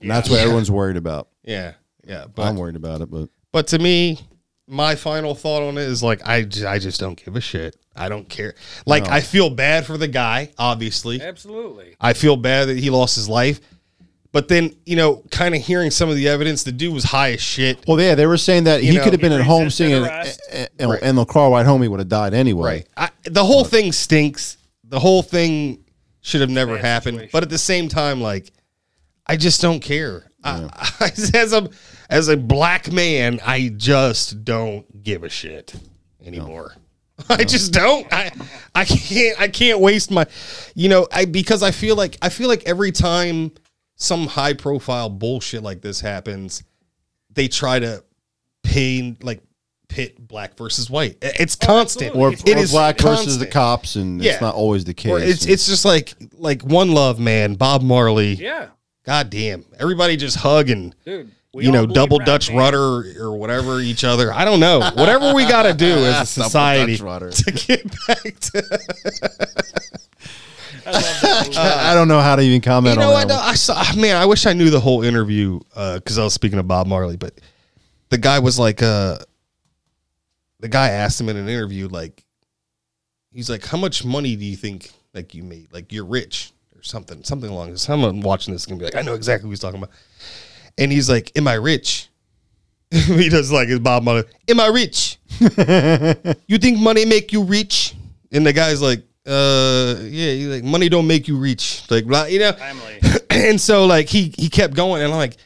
C: and that's what
A: Yeah.
C: everyone's worried about.
A: Yeah, yeah.
C: I'm
A: But
C: worried about it, but
A: but to me, my final thought on it is like I j- I just don't give a shit. I don't care. Like I feel bad for the guy, obviously.
D: Absolutely.
A: I feel bad that he lost his life. But then, you know, kind of hearing some of the evidence, the dude was high as shit.
C: well, yeah, they were saying that
A: You
C: he
A: know,
C: could have been at home
D: resisted
C: singing, and,
D: arrest.
C: and,
A: Right.
C: and the car ride home, he would have died anyway.
A: Right. I, the whole thing stinks. The whole thing should have never
D: Bad
A: happened.
D: situation.
A: But at the same time, like, I just don't care. I, (laughs) as a as a black man, I just don't give a shit anymore. (laughs) I just don't. I I can't. I can't waste my, you know. I because I feel like I feel like every time some high profile bullshit like this happens, they try to paint like pit black versus white. I- It's constant.
D: absolutely.
C: Oh or,
D: It
C: or
A: is
C: black versus
A: constant.
C: the cops, and
A: Yeah.
C: it's not always the case.
A: Or it's
C: And-
A: it's just like like one love, man. Bob Marley.
D: Yeah,
A: God damn. Everybody just hugging.
D: dude. we
A: You
D: all
A: know,
D: believe
A: double
D: Rat
A: Dutch
D: Man.
A: rudder or whatever each other. I don't know. Whatever we got to do as a
C: (laughs) Double
A: society
C: Ah,
A: (laughs)
C: Dutch rudder.
A: to get back to.
D: I love that
A: (laughs)
D: movie.
C: I don't know how to even comment
A: You know, I,
C: on that.
A: know,
C: one.
A: I saw. Man, I wish I knew the whole interview because I was speaking of Bob Marley, but the guy was like, uh, the guy asked him in an interview, like, he's like, "How much money do you think like you made? Like you're rich or something, something along this." Someone watching this is gonna be like, "I know exactly what he's talking about," and he's like, "Am I rich?" (laughs) he does like his Bob Marley. Am I rich? you think money make you rich? And the guy's like, uh, yeah, he's like money don't make you rich. Like, blah, you know,
D: Family.
A: (clears throat) and so like he he kept going and I'm like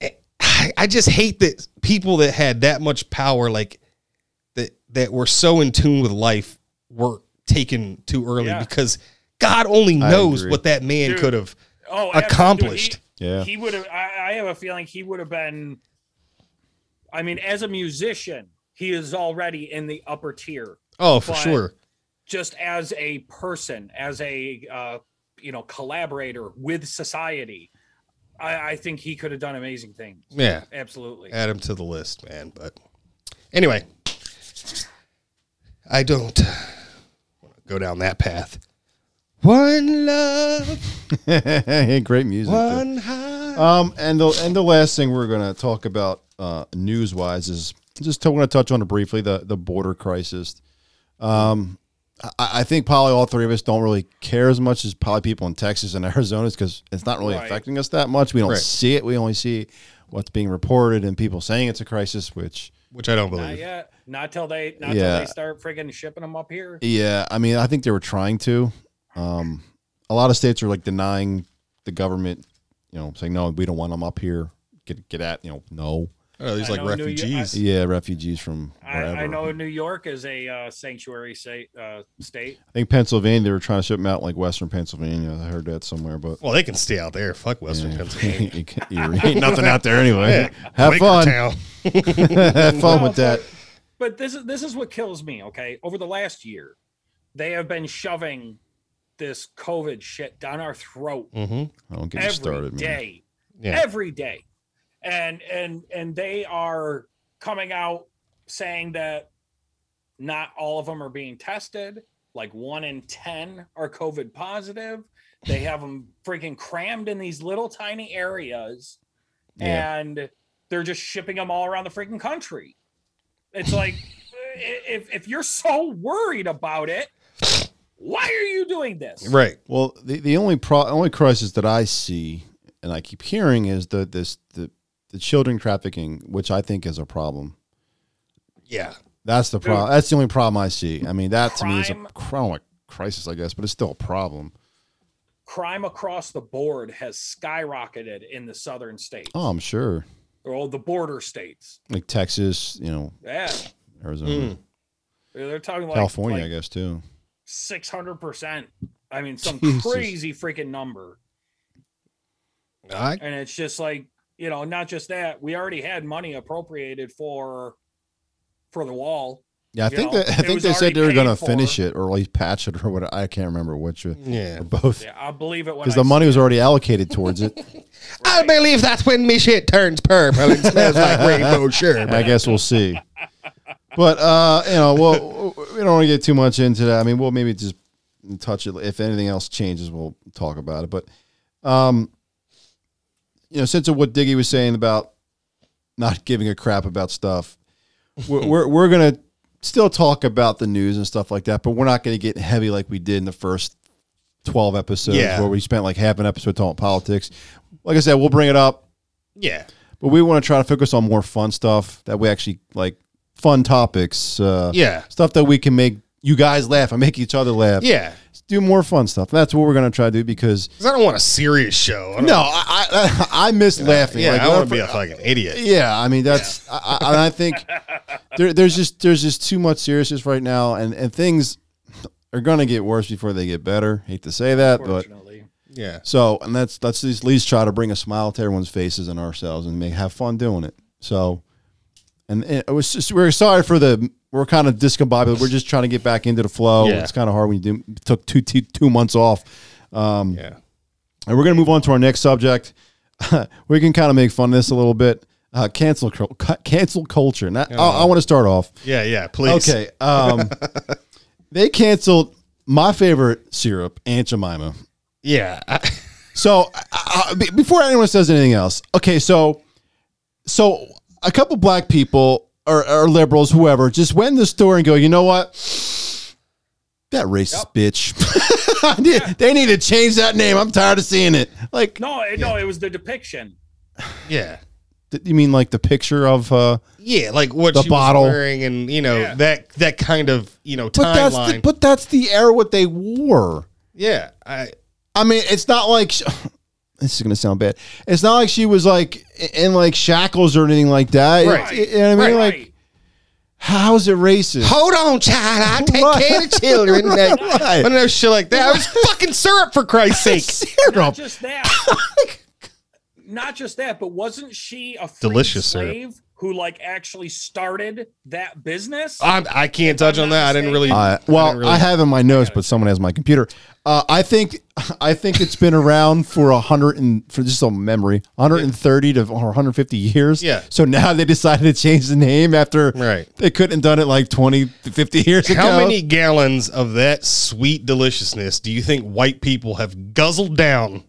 A: eh, I, I just hate that people that had that much power like that that were so in tune with life were taken too early
D: Yeah.
A: because God only knows
C: agree.
A: what that man
D: Dude.
A: could have
D: Oh,
A: (laughs)
D: absolutely.
A: accomplished.
D: He,
C: Yeah.
D: he would have. I, I have a feeling he would have been. I mean, as a musician, he is already in the upper tier.
A: Oh, for
D: But-
A: sure.
D: Just as a person, as a uh, you know collaborator with society, I, I think he could have done amazing things.
A: Yeah.
D: Absolutely.
A: Add him to the list, man, but anyway, I don't wanna go down that path. One love,
C: Hey, (laughs) great music. too.
A: one high.
C: Um, and the and the last thing we're gonna talk about uh, news wise is just to, want to touch on it briefly the the border crisis. Um, I, I think probably all three of us don't really care as much as probably people in Texas and (laughs) Arizona because it's not really
D: Right.
C: affecting us that much. We don't
A: Right.
C: see it. We only see what's being reported and people saying it's a crisis, which.
A: Which I don't
D: Not
A: believe.
D: yet. Not till they. Not till
C: Yeah.
D: they start friggin' shipping them up here.
C: Yeah, I mean, I think they were trying to. Um, a lot of states are like denying the government, you know, saying no, we don't want them up here. Get get at you know, no.
A: Oh, these
D: I
A: like
D: know New Ye-
A: refugees.
C: Yeah, refugees from
D: I,
C: wherever.
D: I know New York is a uh, sanctuary state. Uh, state.
C: I think Pennsylvania. They were trying to ship them out like Western Pennsylvania. I heard that somewhere, but
A: Well, they can stay out there. Fuck Western (laughs) Pennsylvania.
C: (laughs) You can't- you- ain't nothing out there anyway. Have fun.
A: Quakertown.
C: (laughs) Have fun
D: No,
C: with
D: (laughs)
C: that.
D: But this is this is what kills me. Okay, over the last year, they have been shoving this COVID shit down our throat
A: Mhm.
C: I don't get me
D: every
C: started, man.
D: day,
A: Yeah.
D: every day, and and and they are coming out saying that not all of them are being tested. Like one in ten are COVID positive. They have them freaking crammed in these little tiny areas.
C: Yeah.
D: and they're just shipping them all around the freaking country. It's like i- if if you're so worried about it, why are you doing this?
A: Right.
C: Well, the, the only pro- only crisis that I see and I keep hearing is the this the the children trafficking, which I think is a problem.
A: Yeah.
C: That's the problem. That's the only problem I see. I mean, that to me is a
D: Crime.
C: cr- I don't know, a crisis, I guess, but it's still a problem.
D: Crime across the board has skyrocketed in the southern states
C: Oh, I'm sure.
D: or all the border states.
C: Like Texas, you know,
A: Hmm.
D: Yeah,
C: Arizona.
D: They're talking like
C: California, I
D: like
C: guess too.
D: six hundred percent. I mean,
C: (laughs)
D: some
C: Jesus.
D: crazy freaking number.
A: I,
D: And it's just like, you know, not just that, we already had money appropriated for for the wall.
C: Yeah, I
D: You
C: think
D: know,
C: that I
D: it
C: think
D: was
C: they said
D: already
C: they were going to
D: paid
C: finish
D: for.
C: it or at least patch it or what. I can't remember which uh, or
A: yeah.
C: both
D: Yeah, I believe it when
C: because
D: I
C: the money was already allocated towards it.
A: I believe that's when me shit turns purple and smells like (laughs) rainbow sherbet.
C: I guess we'll see. But uh, you know, well, we don't want to get too much into that. I mean, we'll maybe just touch it. If anything else changes, we'll talk about it. But um, you know, since of what Diggy was saying about not giving a crap about stuff, we're we're, we're gonna still talk about the news and stuff like that. But we're not gonna get heavy like we did in the first twelve episodes,
A: Yeah.
C: where we spent like half an episode talking politics. Like I said, we'll bring it up
A: Yeah.
C: but we want to try to focus on more fun stuff that we actually like fun topics uh
A: Yeah.
C: stuff that we can make you guys laugh and make each other laugh
A: Yeah.
C: do more fun stuff that's what we're going to try to do because
A: 'Cause I don't want a serious show. I (laughs) don't-
C: no i i, I miss laughing
A: Yeah,
C: Like,
A: I
C: when
A: want to be
C: fir-
A: a fucking idiot.
C: yeah i mean that's I, I, and I think there, there's just there's just too much seriousness right now and and things are going to get worse before they get better hate to say that but
D: unfortunately.
A: Yeah.
C: so and that's that's at least try to bring a smile to everyone's faces and ourselves and make have fun doing it. So and it was just we're sorry for the we're kind of discombobulated. We're just trying to get back into the flow.
A: Yeah.
C: It's kind of hard when you do, took two, two two months off. Um,
A: Yeah.
C: and we're gonna move on to our next subject. (laughs) we can kind of make fun of this a little bit. Uh, cancel cul- cu- cancel culture. Now, I, I want to start off.
A: Yeah. Yeah. Oh. Please.
C: Okay. Um, (laughs) they canceled my favorite syrup, Aunt Jemima.
A: Yeah. I- (laughs)
C: So I- I- be- before anyone says anything else, okay, so so a couple black people or, or liberals, whoever, just went in the store and go, you know what? That racist bitch. (laughs) I need- They need to change that name. I'm tired of seeing it. Like,
D: No, it- no, it was the depiction.
A: yeah.
C: th- you mean like the picture of? uh
A: Yeah, like what
C: The
A: she
C: bottle.
A: was wearing, and you know
D: Yeah.
A: that that kind of you know
C: But that's the,
A: timeline.
C: but that's the era what they wore.
A: yeah, I
C: I mean, it's not like sh (sighs) this is gonna sound bad. It's not like she was like in like shackles or anything like that.
A: Right.
C: You know what I mean?
A: Right.
C: Like, how is it racist?
A: hold on, child. I (laughs) take care of children. (laughs)
C: (laughs)
A: Like,
C: Right.
A: One of those shit like that. I (laughs) was fucking syrup for Christ's sake.
C: syrup.
D: just
C: (laughs)
D: that. not just that, but wasn't she a free
A: Delicious syrup.
D: slave who like actually started that business?
A: (laughs) I'm, I can't touch on that. I didn't really.
C: Uh,
A: I
C: well,
A: didn't really-
C: I have in my notes, but someone has my computer. Uh, I think, (laughs) I think it's been around for a hundred and for just a memory, 130 to or 150 years.
A: Yeah.
C: So now they decided to change the name after
A: Right.
C: they couldn't have done it like 20 to 50 years ago.
A: How many gallons of that sweet deliciousness do you think white people have guzzled down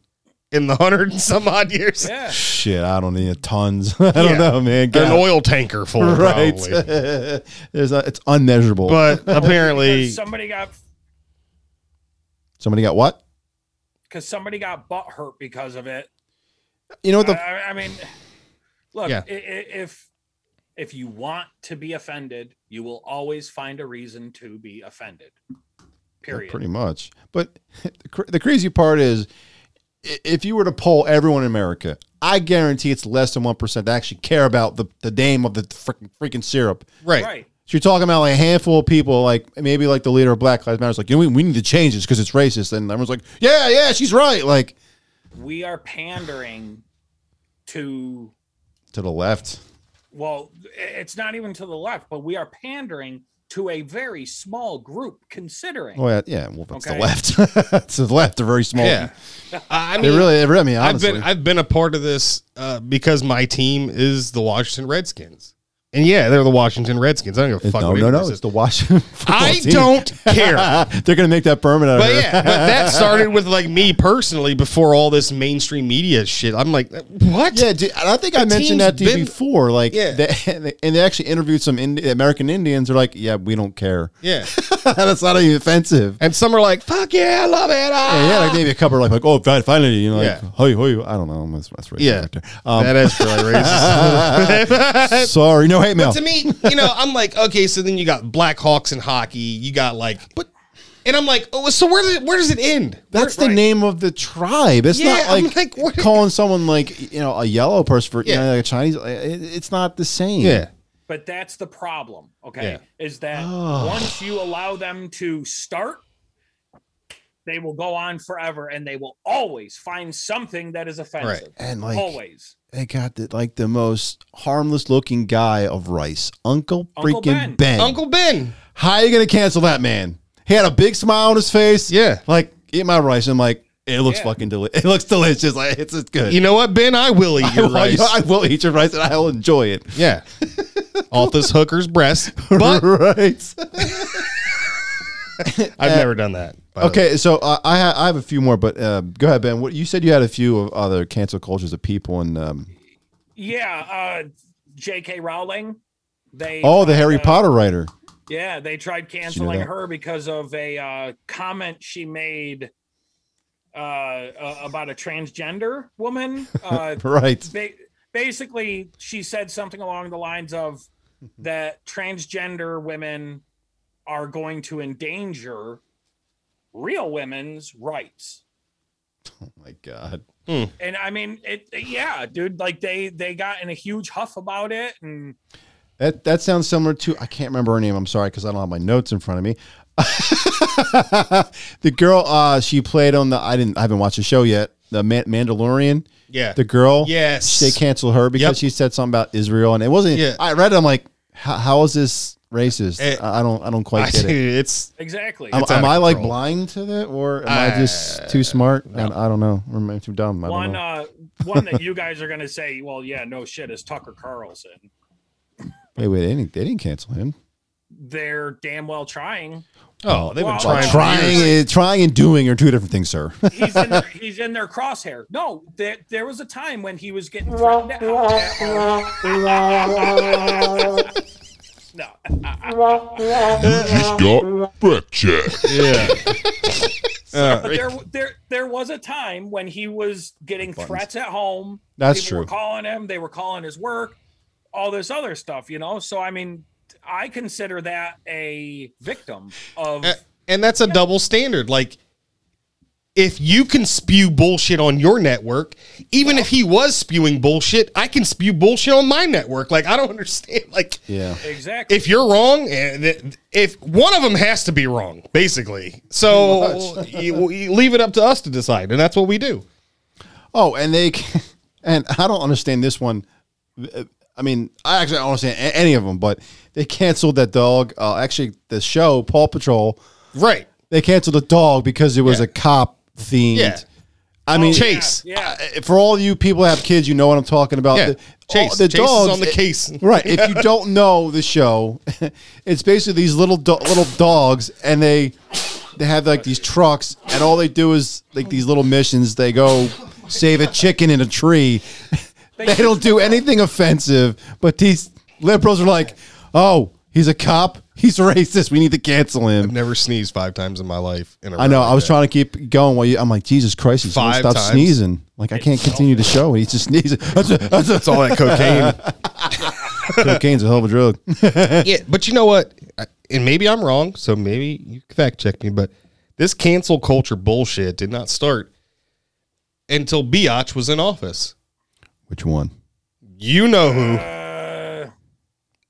A: in the hundred and some odd years?
C: (laughs)
D: yeah.
C: Shit, I don't need tons. (laughs) I don't
A: Yeah.
C: know, man.
A: An
C: God.
A: oil tanker full,
C: (laughs) right?
A: probably.
C: (laughs) There's a, it's unmeasurable. (laughs)
A: But apparently,
D: Because somebody got
C: Somebody got what?
D: because somebody got butt hurt because of it.
C: You know what the
D: I, I mean, look,
A: Yeah.
D: i- i- if if you want to be offended, you will always find a reason to be offended.
C: Yeah,
D: Period.
C: Pretty much. But (laughs) the, cr- the crazy part is i- if you were to poll everyone in America, I guarantee it's less than 1% that actually care about the, the name of the freaking, freaking syrup.
A: right.
D: Right.
C: So you're talking about like a handful of people, like maybe like the leader of Black Lives Matter is like, you know, we, we need to change this because it's racist. And everyone's like, yeah, yeah, she's right. Like
D: We are pandering to
C: to the left.
D: well, i- it's not even to the left, but we are pandering to a very small group considering.
C: Oh, yeah. Yeah. Well, that's
D: Okay.
C: the left. (laughs) to the left. They're very small.
A: Yeah. I I
C: They
A: mean,
C: really, I mean,
A: I've
C: honestly.
A: been I've been a part of this uh, because my team is the Washington Redskins, and yeah, they're the Washington Redskins. I don't give a
C: It's-
A: fuck.
C: no,
A: what
C: no,
A: anyone
C: no.
A: says.
C: It's the Washington. (laughs) football
A: I
C: team.
A: don't
C: (laughs)
A: care. (laughs)
C: They're going to make that permanent. out of
A: But
C: here.
A: yeah, but that started with like me personally before all this mainstream media shit. I'm like, what?
C: Yeah, dude, and I think I
A: The
C: mentioned
A: team's
C: that to you
A: been-
C: before. Like,
A: Yeah.
C: they, (laughs) and they actually interviewed some Indi- American Indians. They're like, "Yeah, we don't care.
A: (laughs) Yeah.
C: (laughs) That's not
A: (laughs)
C: even offensive."
A: And some are like, fuck yeah, I love it. ah.
C: And yeah, like maybe a couple are like, like, "Oh, fi- finally," you know, like,
A: Yeah.
C: "Hoy, hoy." I don't know. That's, that's racist
A: Yeah.
C: right there. Um,
A: that is (laughs) really (laughs) racist.
C: sorry, no hate mail.
A: to me, you know, I'm like, okay, so then you got Blackhawks in hockey. You got like, but, and I'm like, oh, so where does it, where does it end?
C: That's the
D: right.
C: name of the tribe. It's
A: Yeah,
C: not
A: I'm
C: like,
A: like, (laughs) what-
C: calling someone like you know a yellow person for you
A: Yeah.
C: know, like a Chinese. It- It's not the same.
A: Yeah.
D: But that's the problem, okay?
A: Yeah.
D: Is that
C: Oh.
D: once you allow them to start, they will go on forever and they will always find something that is offensive.
C: And like
D: always.
C: they got the, like the most harmless looking guy of rice, Uncle freaking
D: Uncle
C: ben.
D: Ben.
A: Uncle Ben.
C: How are you gonna cancel that man? He had a big smile on his face.
A: Yeah.
C: like eat my rice. I'm like, it looks
D: Yeah.
C: fucking delicious. (laughs) It looks delicious. Like it's, it's good.
A: You know what, Ben? I will eat your
C: (laughs) I, will-
A: rice.
C: (laughs) I will eat your rice and I will enjoy it.
A: Yeah. Off this hooker's breast. But
C: (laughs) right.
A: I've never done that. by the way.
C: Okay, so uh, I ha- I have a few more, but uh, go ahead, Ben. What you said you had a few of other cancel cultures of people and um,
D: Yeah, uh J.K. Rowling. They
C: oh, the
D: tried,
C: Harry
D: uh,
C: Potter writer. (laughs)
D: Yeah, they tried canceling
C: that?
D: her because of a uh, comment she made uh, uh, about a transgender woman. Uh,
C: Right.
D: ba- basically, she said something along the lines of that transgender women are going to endanger real women's rights.
C: Oh my god.
D: And I mean, it, yeah, dude, like they they got in a huge huff about it, and
C: That that sounds similar to I can't remember her name. I'm sorry because I don't have my notes in front of me. (laughs) the girl uh, she played on the I didn't I haven't watched the show yet. The Ma- Mandalorian.
A: Yeah.
C: The girl.
A: Yes.
C: They canceled her because
A: Yep.
C: she said something about Israel and it wasn't.
A: Yeah.
C: I read it. I'm like, how, how is this racist?
A: Eh,
C: I I don't I don't
A: I,
C: quite get it.
A: dude, it's
D: exactly.
C: Am,
A: It's out
C: am
A: of
C: I like
A: control. Uh,
C: blind to that, or am I just too smart? I, I don't know. Or am I too dumb? I don't
D: one
C: know.
D: uh one that you guys are gonna say well yeah no shit is tucker carlson
C: Wait, wait. They didn't, they didn't cancel him.
D: they're damn well trying
A: oh, they've been
D: Well,
A: trying.
D: like
A: for
C: Trying,
A: years.
C: and, trying and doing are two different things, sir.
D: he's in their, he's in their crosshair no there, there was a time when he was getting thrown out. no
E: just got fact checked.
A: Yeah.
D: but there there there was a time when he was getting threats at home
C: That's
D: People were
C: true.
D: calling him they were calling his work all this other stuff you know so i mean i consider that a victim of
C: Eh,
A: A- and that's a double standard. Like, if you can spew bullshit on your network, even if he was spewing bullshit, I can spew bullshit on my network. Like, I don't (laughs) understand. Like,
C: (laughs) Yeah.
D: exactly
A: if you're wrong, eh, th- if one of them has to be wrong, basically. So you, you leave it up to us to decide, and that's what we do.
C: Oh, and they ca- (laughs) and I don't understand this one. I mean, I actually don't understand a- any of them, but they canceled that dog. Uh, actually, the show Paw Patrol.
A: Right.
C: They canceled the dog because it was
A: Yeah.
C: a cop themed.
A: Yeah.
C: I mean,
D: Yeah,
A: Chase.
D: yeah
C: (laughs) Uh, for all you people that have kids, you know what I'm talking about.
A: Yeah.
C: The,
A: Chase.
C: all- the
A: Chase is
C: dogs eh,
A: on the case.
C: (laughs) right? If you don't know the show, (laughs) it's basically these little do- little dogs, and they they have like these trucks, and all they do is like these little missions. They go save a chicken in a tree. (laughs) They don't do anything offensive, but these liberals are like, "Oh, he's a cop. He's racist. We need to cancel him."
A: Never sneezed five times in my life. In a
C: I know. I was trying to keep going. While you, I'm like, Jesus Christ, he's gonna
A: Five
C: stop
A: times.
C: sneezing. Like I can't continue the show. He's just sneezing. (laughs) That's, a, that's, a,
A: all that cocaine.
C: cocaine's a hell of a drug. (laughs)
A: yeah, but you know what? I- And maybe I'm wrong, so maybe you can fact check me. But this cancel culture bullshit did not start until Biatch was in office.
C: Which one?
A: You know who?
D: Uh,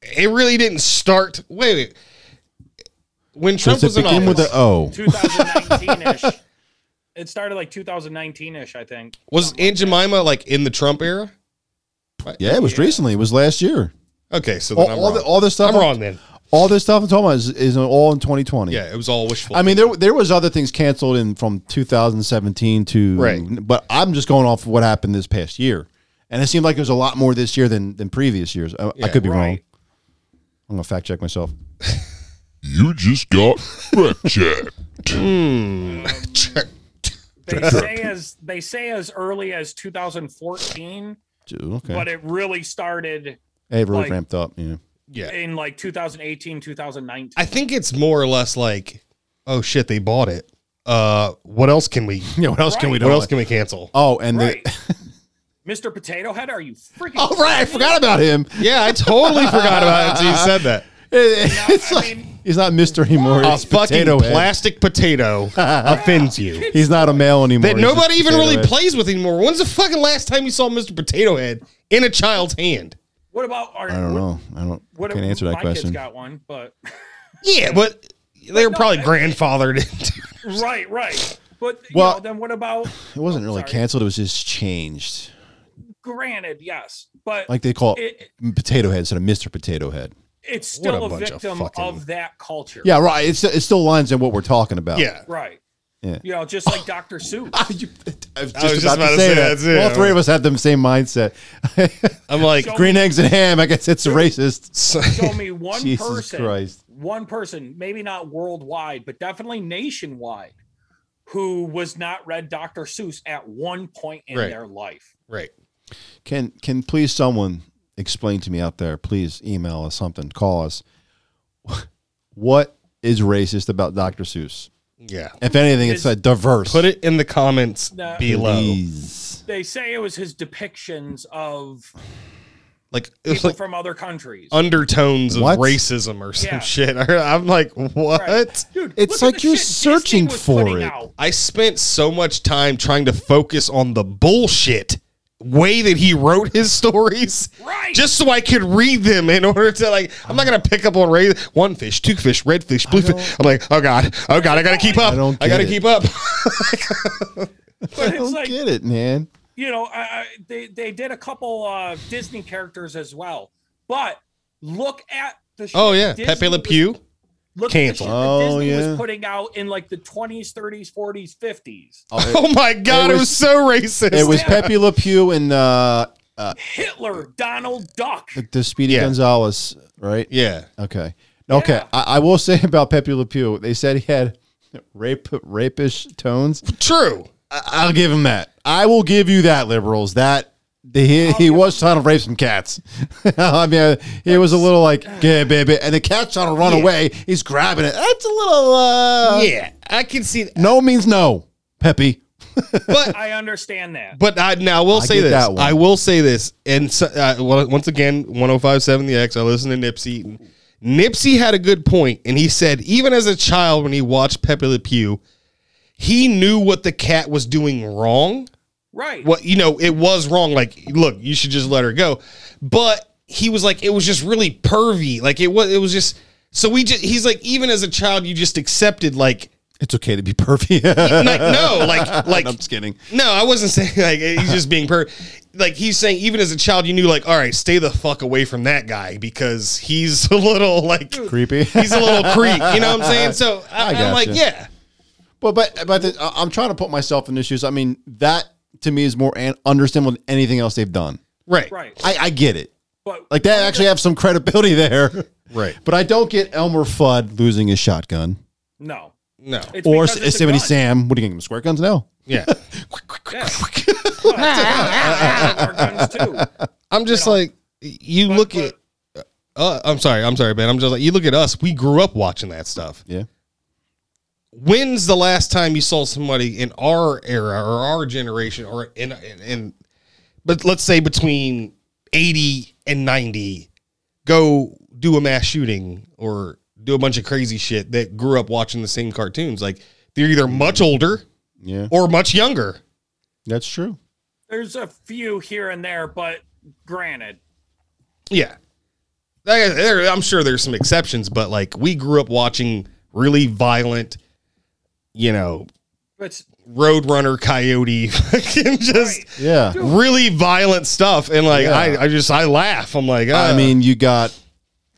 A: It really didn't start. Wait, wait. When Trump was
C: Does it
A: in
C: begin
A: office,
C: with the O?
D: 2019ish. it started like 2019ish, I think.
A: was Aunt Jemima like in the Trump era?
C: Yeah, it was recently. It was last year.
A: Okay, so then
C: All,
A: I'm
C: all,
A: wrong.
C: the, all this stuff.
A: I'm wrong then.
C: All this stuff I'm talking about is, is all in 2020.
A: Yeah, it was all wishful.
C: I mean, there there was other things canceled in from 2017 to
A: Right.
C: but I'm just going off of what happened this past year, and it seemed like there was a lot more this year than than previous years. I, I could be wrong.
D: right.
C: I'm gonna fact check myself.
E: You just got fact checked.
D: They say as they say as early as 2014,
C: Okay.
D: but it really started
C: It really
D: Like-
C: ramped up. Yeah.
A: yeah,
D: in like 2018, 2019.
A: I think it's more or less like, oh shit, they bought it. Uh, what else can
C: (laughs)
A: we?
C: Yeah. What else can we
A: What
C: do?
A: else can we cancel?
C: Oh, and
D: right.
C: the.
D: Mr. Potato Head, are you
C: (laughs)
D: freaking
C: Oh, right. I forgot about him.
A: Yeah, I totally forgot about it until you said (laughs) that.
C: (laughs) It's
D: I
C: like,
D: mean-
C: he's not Mr. anymore.
A: A
C: He's
A: fucking
C: potato head.
A: plastic potato (laughs) offends you.
C: He's not a male anymore.
A: That
C: He's just
A: nobody even
C: potato
A: really
C: head.
A: plays with anymore. When's the fucking last time you saw Mr. Potato Head in a child's hand?
D: What about our?
C: I don't
D: what,
C: know. I don't.
D: What
C: can't answer that
D: my
C: question.
D: Kids got one, but
A: Yeah, but they were probably grandfathered into.
D: right, right. But you
C: Well-
D: know, then
C: (sighs)
D: what about?
C: It wasn't really
D: sorry.
C: canceled. It was just changed.
D: Granted, yes, but
C: Like they call it,
D: it,
C: potato head instead of Mr. Potato Head.
D: it's
A: What a
D: still a,
A: bunch of
D: victim of,
A: fucking-
D: that culture.
C: Yeah, right. It's it still lines in what we're talking
A: (laughs)
C: about.
A: Yeah.
D: Right.
C: Yeah. Ah,
D: You know, just
C: (laughs)
D: like Dr. Seuss.
C: You- (laughs) I was just,
A: was just
C: about, to say, that.
A: that's it.
C: All three of us had the same mindset.
A: I'm like, (laughs)
D: So-
C: Green eggs and ham. I guess it's racist.
A: so-
D: Show me one
C: Jesus
D: person,
C: Christ.
D: one person, maybe not worldwide, but definitely nationwide, who was not read Dr. Seuss at one point in
A: Right.
D: their life.
A: right.
C: Can can please someone explain to me out there? Please email us something. Call us. (laughs) What is racist about Dr. Seuss?
A: Yeah.
C: If anything, it's
D: Is-
C: like diverse.
A: Put it in the comments
D: No.
A: below.
C: Please.
D: They say it was his depictions of
A: Like it was
D: people
A: like
D: from other countries.
A: undertones of
C: What?
A: racism or some
D: Yeah.
A: shit. (laughs) I'm like, what?
D: Right. Dude,
C: It's
D: look at
C: like
D: the
C: you're
D: shit Disney
C: searching
D: was
C: for
D: putting
C: it. (laughs)
D: out.
A: I spent so much time trying to focus on the bullshit way that he wrote his stories.
D: Right.
A: Just so I could read them in order to like I'm not gonna pick up on ra- one fish, two fish, red fish, blue fish. I'm like, oh god, oh god, I gotta keep up. I,
C: don't
A: gotta
C: get it.
A: keep up.
D: But
C: I
D: it's
C: don't
D: like,
C: get it, man.
D: you know, I, I, they they did a couple uh, Disney characters as well. But look at the shit
A: oh yeah.
D: Disney
A: Pepe Le
D: was-
A: Pew.
D: look
A: Cancel.
D: at the shit that
C: Oh,
D: Disney
C: yeah.
D: was putting out in like the 20s, 30s, 40s, 50s.
A: (laughs) Oh my god, it was,
C: was-
A: so racist.
C: It was
D: Yeah.
C: Pepe Le Pew and uh,
D: Hitler, Donald Duck.
C: the, the Speedy
A: Yeah.
C: Gonzalez, right?
A: Yeah.
C: Okay. Okay.
D: Yeah.
C: I, I will say (laughs) about Pepe Le Pew, they said he had (laughs) rape rapish tones.
A: True.
C: I, I'll give him that. I will give you that, liberals. That the,
A: Oh,
C: he, he was trying to rape some cats. (laughs) I mean, he was a little like, yeah, baby. And the cat's trying to run away. He's grabbing it. That's a little, uh,
A: yeah. I can see
C: no means no, Pepe.
A: but
D: I understand that.
A: But I now will
C: I
A: say
C: get
A: this.
C: that one.
A: I will say this. And so, uh, well, once again, 1057 the X, I listen to Nipsey. Nipsey had a good point, and he said, even as a child, when he watched Pepe Le Pew, he knew what the cat was doing wrong.
D: Right.
A: What you know, it was wrong. Like, look, you should just let her go. But he was like, it was just really pervy. Like it was, it was just. So we just, he's like, even as a child, you just accepted like,
C: It's okay to be pervy.
A: like no,
C: (laughs)
A: like, like
C: I'm just kidding.
A: no, I wasn't (laughs) saying like he's just being per. Like he's saying, even as a child, you knew like, all right, stay the fuck away from that guy because he's (laughs) a little like
C: Creepy.
A: he's a little creep. You know what I'm saying? So I,
C: I
A: am like,
C: gotcha.
A: yeah,
C: (laughs) But but but the, I- I'm trying to put myself in their shoes. I mean, that to me is more an, understandable than anything else they've done.
A: right,
D: right.
C: I, I get it.
D: But
C: Like they actually have some credibility (laughs) there.
A: right.
C: But I don't get Elmer Fudd losing his shotgun
D: no.
A: No,
D: It's
C: or
D: because it's a
C: Yosemite
D: (laughs) gun.
C: Sam. What are you giving him square guns now? (laughs)
A: yeah.
D: Yeah. Well, it's a gun. Our guns too.
A: I'm just
D: You know.
A: like, you
D: But-
A: look
D: but-
A: at. Uh, I'm sorry, I'm sorry, man. I'm just like, you look at us. We grew up watching that stuff.
C: Yeah.
A: When's the last time you saw somebody in our era or our generation or in in, in but let's say between 80 and 90 go do a mass shooting or do a bunch of crazy shit that grew up watching the same cartoons like they're either much older
C: Yeah,
A: or much younger
C: that's true.
D: There's a few here and there, but granted,
A: yeah Like, there- i'm sure there's some exceptions but like we grew up watching really violent you know
D: it's
A: roadrunner coyote (laughs) fucking just
D: right.
C: Yeah.
A: (laughs) really violent stuff and like
C: Yeah.
A: I, I just i laugh i'm like
C: I
A: uh,
C: mean, you got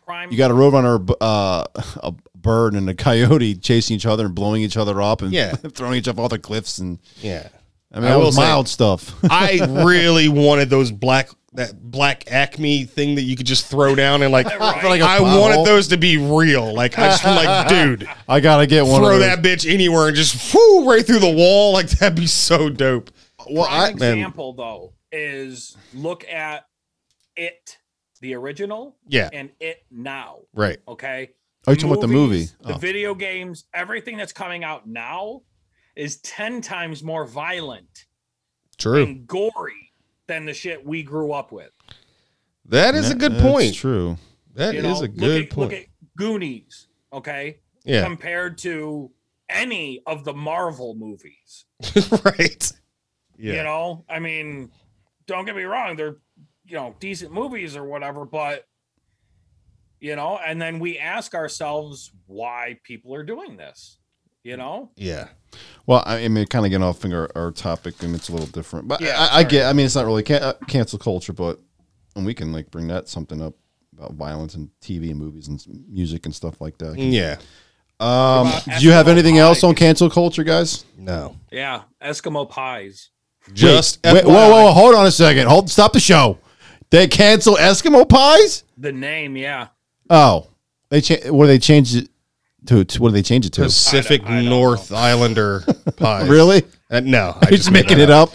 D: Crime.
C: you got a roadrunner, uh, a bird, and a coyote chasing each other and blowing each other up and
A: Yeah.
C: (laughs) throwing each other off the cliffs. And
A: yeah
C: I mean,
A: I
C: that
A: will
C: was
A: say-
C: mild
A: (laughs)
C: stuff.
A: I really wanted those black that black acme thing that you could just throw down
C: (laughs)
A: and like
D: Right.
C: Like a
A: I
C: bottle.
A: wanted those to be real. Like I just am
C: (laughs)
A: like, dude,
C: I gotta get one.
A: throw
C: of those.
A: that bitch anywhere and just whoo right through the wall. Like that'd be so dope.
C: Well, I,
D: prime example though is look at it, the original,
A: Yeah. Oh,
D: and it now.
A: Right.
D: Okay.
C: Are you talking about the
D: Movies,
C: movie?
D: The
C: Oh.
D: video games, everything that's coming out now is ten times more violent
A: True.
D: and gory than the shit we grew up with.
A: That is a good
C: That's
A: point.
C: True.
A: That
D: You
A: is
D: know,
A: a
D: look
A: good
D: at,
A: point.
D: Look at Goonies, okay,
A: yeah.
D: compared to any of the Marvel movies.
A: (laughs) right.
D: You know, I mean, don't get me wrong, they're you know decent movies or whatever but you know and then we ask ourselves why people are doing this you know
A: Yeah.
C: Well, I I mean, kind of getting off our, our topic, and it's a little different. But
D: Yeah,
C: I, I get. I mean, it's not really can, uh, cancel culture, but and we can like bring that something up about violence and TV and movies and s- music and stuff like that.
A: Yeah.
C: Um,
D: What about
C: do you have
D: Eskimo
C: anything else
D: pie?
C: on cancel culture, guys?
A: No.
D: yeah eskimo pies
A: Just
C: Wait, wait,
A: FYI.
C: whoa, whoa, whoa, hold on a second. Hold, stop the show. They cancel Eskimo pies?
D: the name yeah
C: Oh, they cha- what do they change it to? to- what do they change it to?
A: Pacific
D: I don't- I don't
A: North
D: (laughs)
A: Islander pies.
C: Really?
A: Uh, no, I
C: They're (laughs) just
A: made
C: making it up.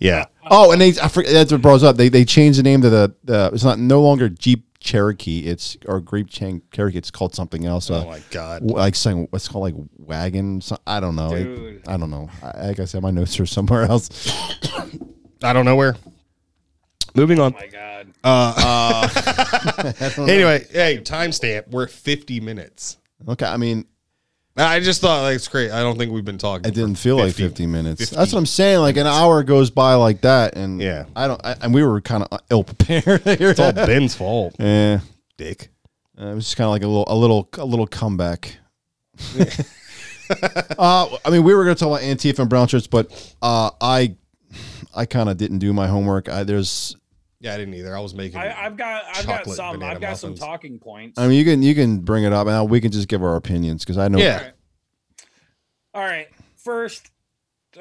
A: Yeah.
C: Oh, and they I forget, that's what brought us up. They they changed the name to the, the it's not no longer Jeep Cherokee. It's or Grape Chang Cherokee. It's called something else.
A: Oh
C: Uh,
A: my god.
C: w- like saying what's called like wagon. So, I don't know. It-
D: Dude.
C: I don't know. I, like I said, my notes are somewhere else.
A: I don't know where. Moving on.
D: oh my god
A: um, Anyway, hey, timestamp. We're 50 minutes.
C: Okay, I mean,
A: I just thought like it's great. I don't think we've been talking.
C: it didn't
A: for
C: feel like 15 minutes. That's what I'm saying. Like an hour goes by like that, and
A: Yeah.
C: I don't. I, and we were kind of ill prepared. (laughs) here.
A: It's all Ben's
C: (laughs)
A: fault,
C: yeah,
A: Dick.
C: Eh. Uh, it was just kind of like a little, a little, a little comeback. uh, I mean, we were going to talk about Antifa and brown shirts, but uh, I, I kind of didn't do my homework. I, there's,
A: Yeah, I didn't either. I was making.
D: I, i've got i've got
A: Chocolate
D: some
A: banana
D: i've got some
A: muffins.
D: talking points
C: I mean, you can, you can bring it up, and we can just give our opinions because I know.
A: yeah.
D: All right. First,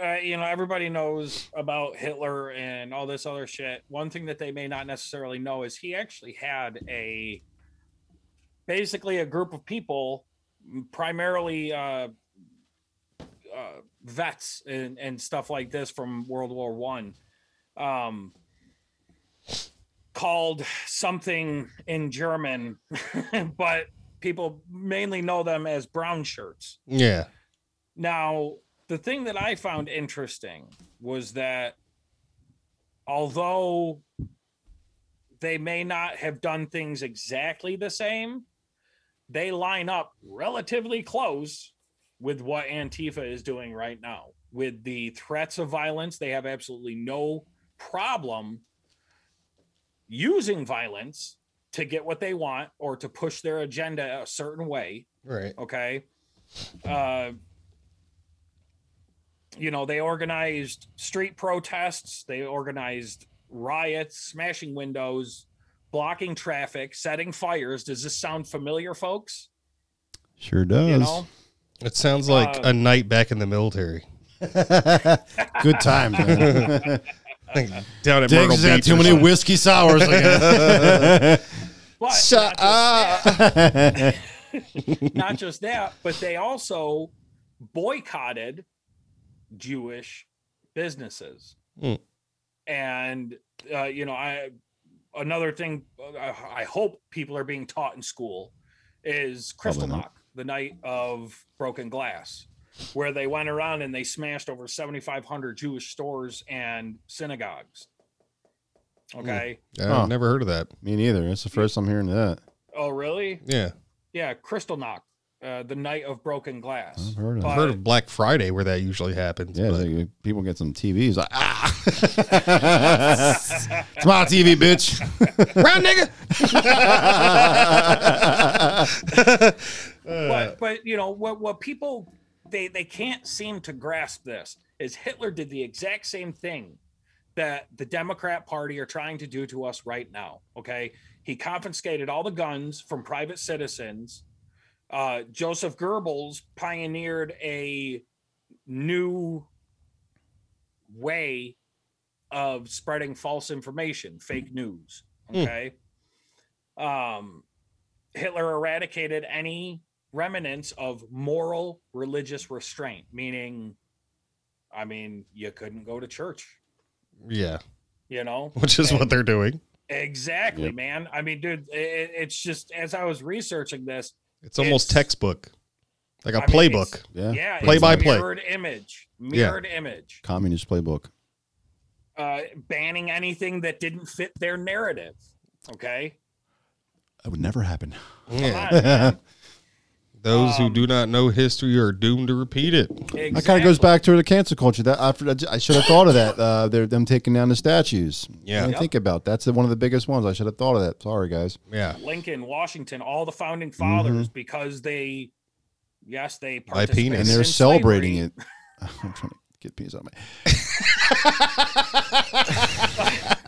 D: uh, you know, everybody knows about Hitler and all this other shit. One thing that they may not necessarily know is he actually had a basically a group of people, m- primarily uh, uh, vets and, and stuff like this from World War One, um, called something in German, (laughs) but people mainly know them as brown shirts.
A: Yeah.
D: Now, the thing that I found interesting was that although they may not have done things exactly the same, they line up relatively close with what Antifa is doing right now. With the threats of violence, they have absolutely no problem using violence to get what they want or to push their agenda a certain way
A: Right.
D: okay uh you know they organized street protests they organized riots smashing windows blocking traffic setting fires does this sound familiar folks
C: sure does.
D: you know
A: It sounds like
D: Uh,
A: a night back in the military.
C: (laughs) Good time. Man.
A: Like,
D: uh,
A: down at Myrtle
C: Diggs had
A: Beach.
C: too
A: or
C: many
A: something.
C: whiskey sours.
D: but
C: Shut
D: not just
C: up. That's
D: not just that, but they also boycotted Jewish businesses.
A: Hmm.
D: And uh, you know, I another thing uh, I, I hope people are being taught in school is Crystal
C: not.
D: Knock, the night of broken glass, where they went around and they smashed over 7,500 Jewish stores and synagogues.
C: Hmm.
D: Okay.
A: Yeah,
C: Huh.
A: I've never heard of that.
C: (laughs) Me neither. It's the first I'm hearing that.
D: Oh, really?
A: Yeah.
D: Yeah, Crystal Knock, uh, the night of broken glass.
C: I've heard of it.
A: I've heard of Black Friday where that usually happens.
C: Yeah,
A: but-
C: they, people get some TVs. Like, ah, (laughs) it's my TV, bitch. (laughs)
A: Round nigga. (laughs) Uh,
D: but but you know what what people they they can't seem to grasp this is Hitler did the exact same thing that the Democrat Party are trying to do to us right now. Okay, he confiscated all the guns from private citizens. Uh, Joseph Goebbels pioneered a new way of spreading false information, fake news.
A: Hmm.
D: Okay. Um, Hitler eradicated any remnants of moral religious restraint, meaning, I mean, you couldn't go to church,
A: Yeah.
D: you know?
A: Which is what they're doing.
D: Exactly,
C: Yep.
D: man. I mean, dude, i- i it's just as I was researching this,
A: It's almost
D: It's-
A: textbook. Like a
D: I mean, it's-
A: playbook.
C: yeah.
D: yeah,
A: Play
D: it's
A: by play.
D: mirrored image, mirrored image,
C: Communist playbook.
D: uh, banning anything that didn't fit their narrative. Okay,
C: (laughs) That would never happen.
D: Come
A: yeah.
D: on, man.
A: Those who do not know history are doomed to repeat it.
D: Exactly.
C: That kind of goes back to the cancel culture. That I, forgot- I should have thought of that. Uh, they're them taking down the statues.
A: Yeah.
C: I didn't
A: Yep.
C: think about that's one of the biggest ones. I should have thought of that. Sorry, guys.
A: Yeah.
D: Lincoln, Washington, all the founding
C: Mm-hmm.
D: fathers, because they, yes, they
A: By
D: participated
A: penis.
C: And they're
D: in
C: celebrating
D: slavery.
C: it. (laughs) I'm trying to get peace on my. (laughs)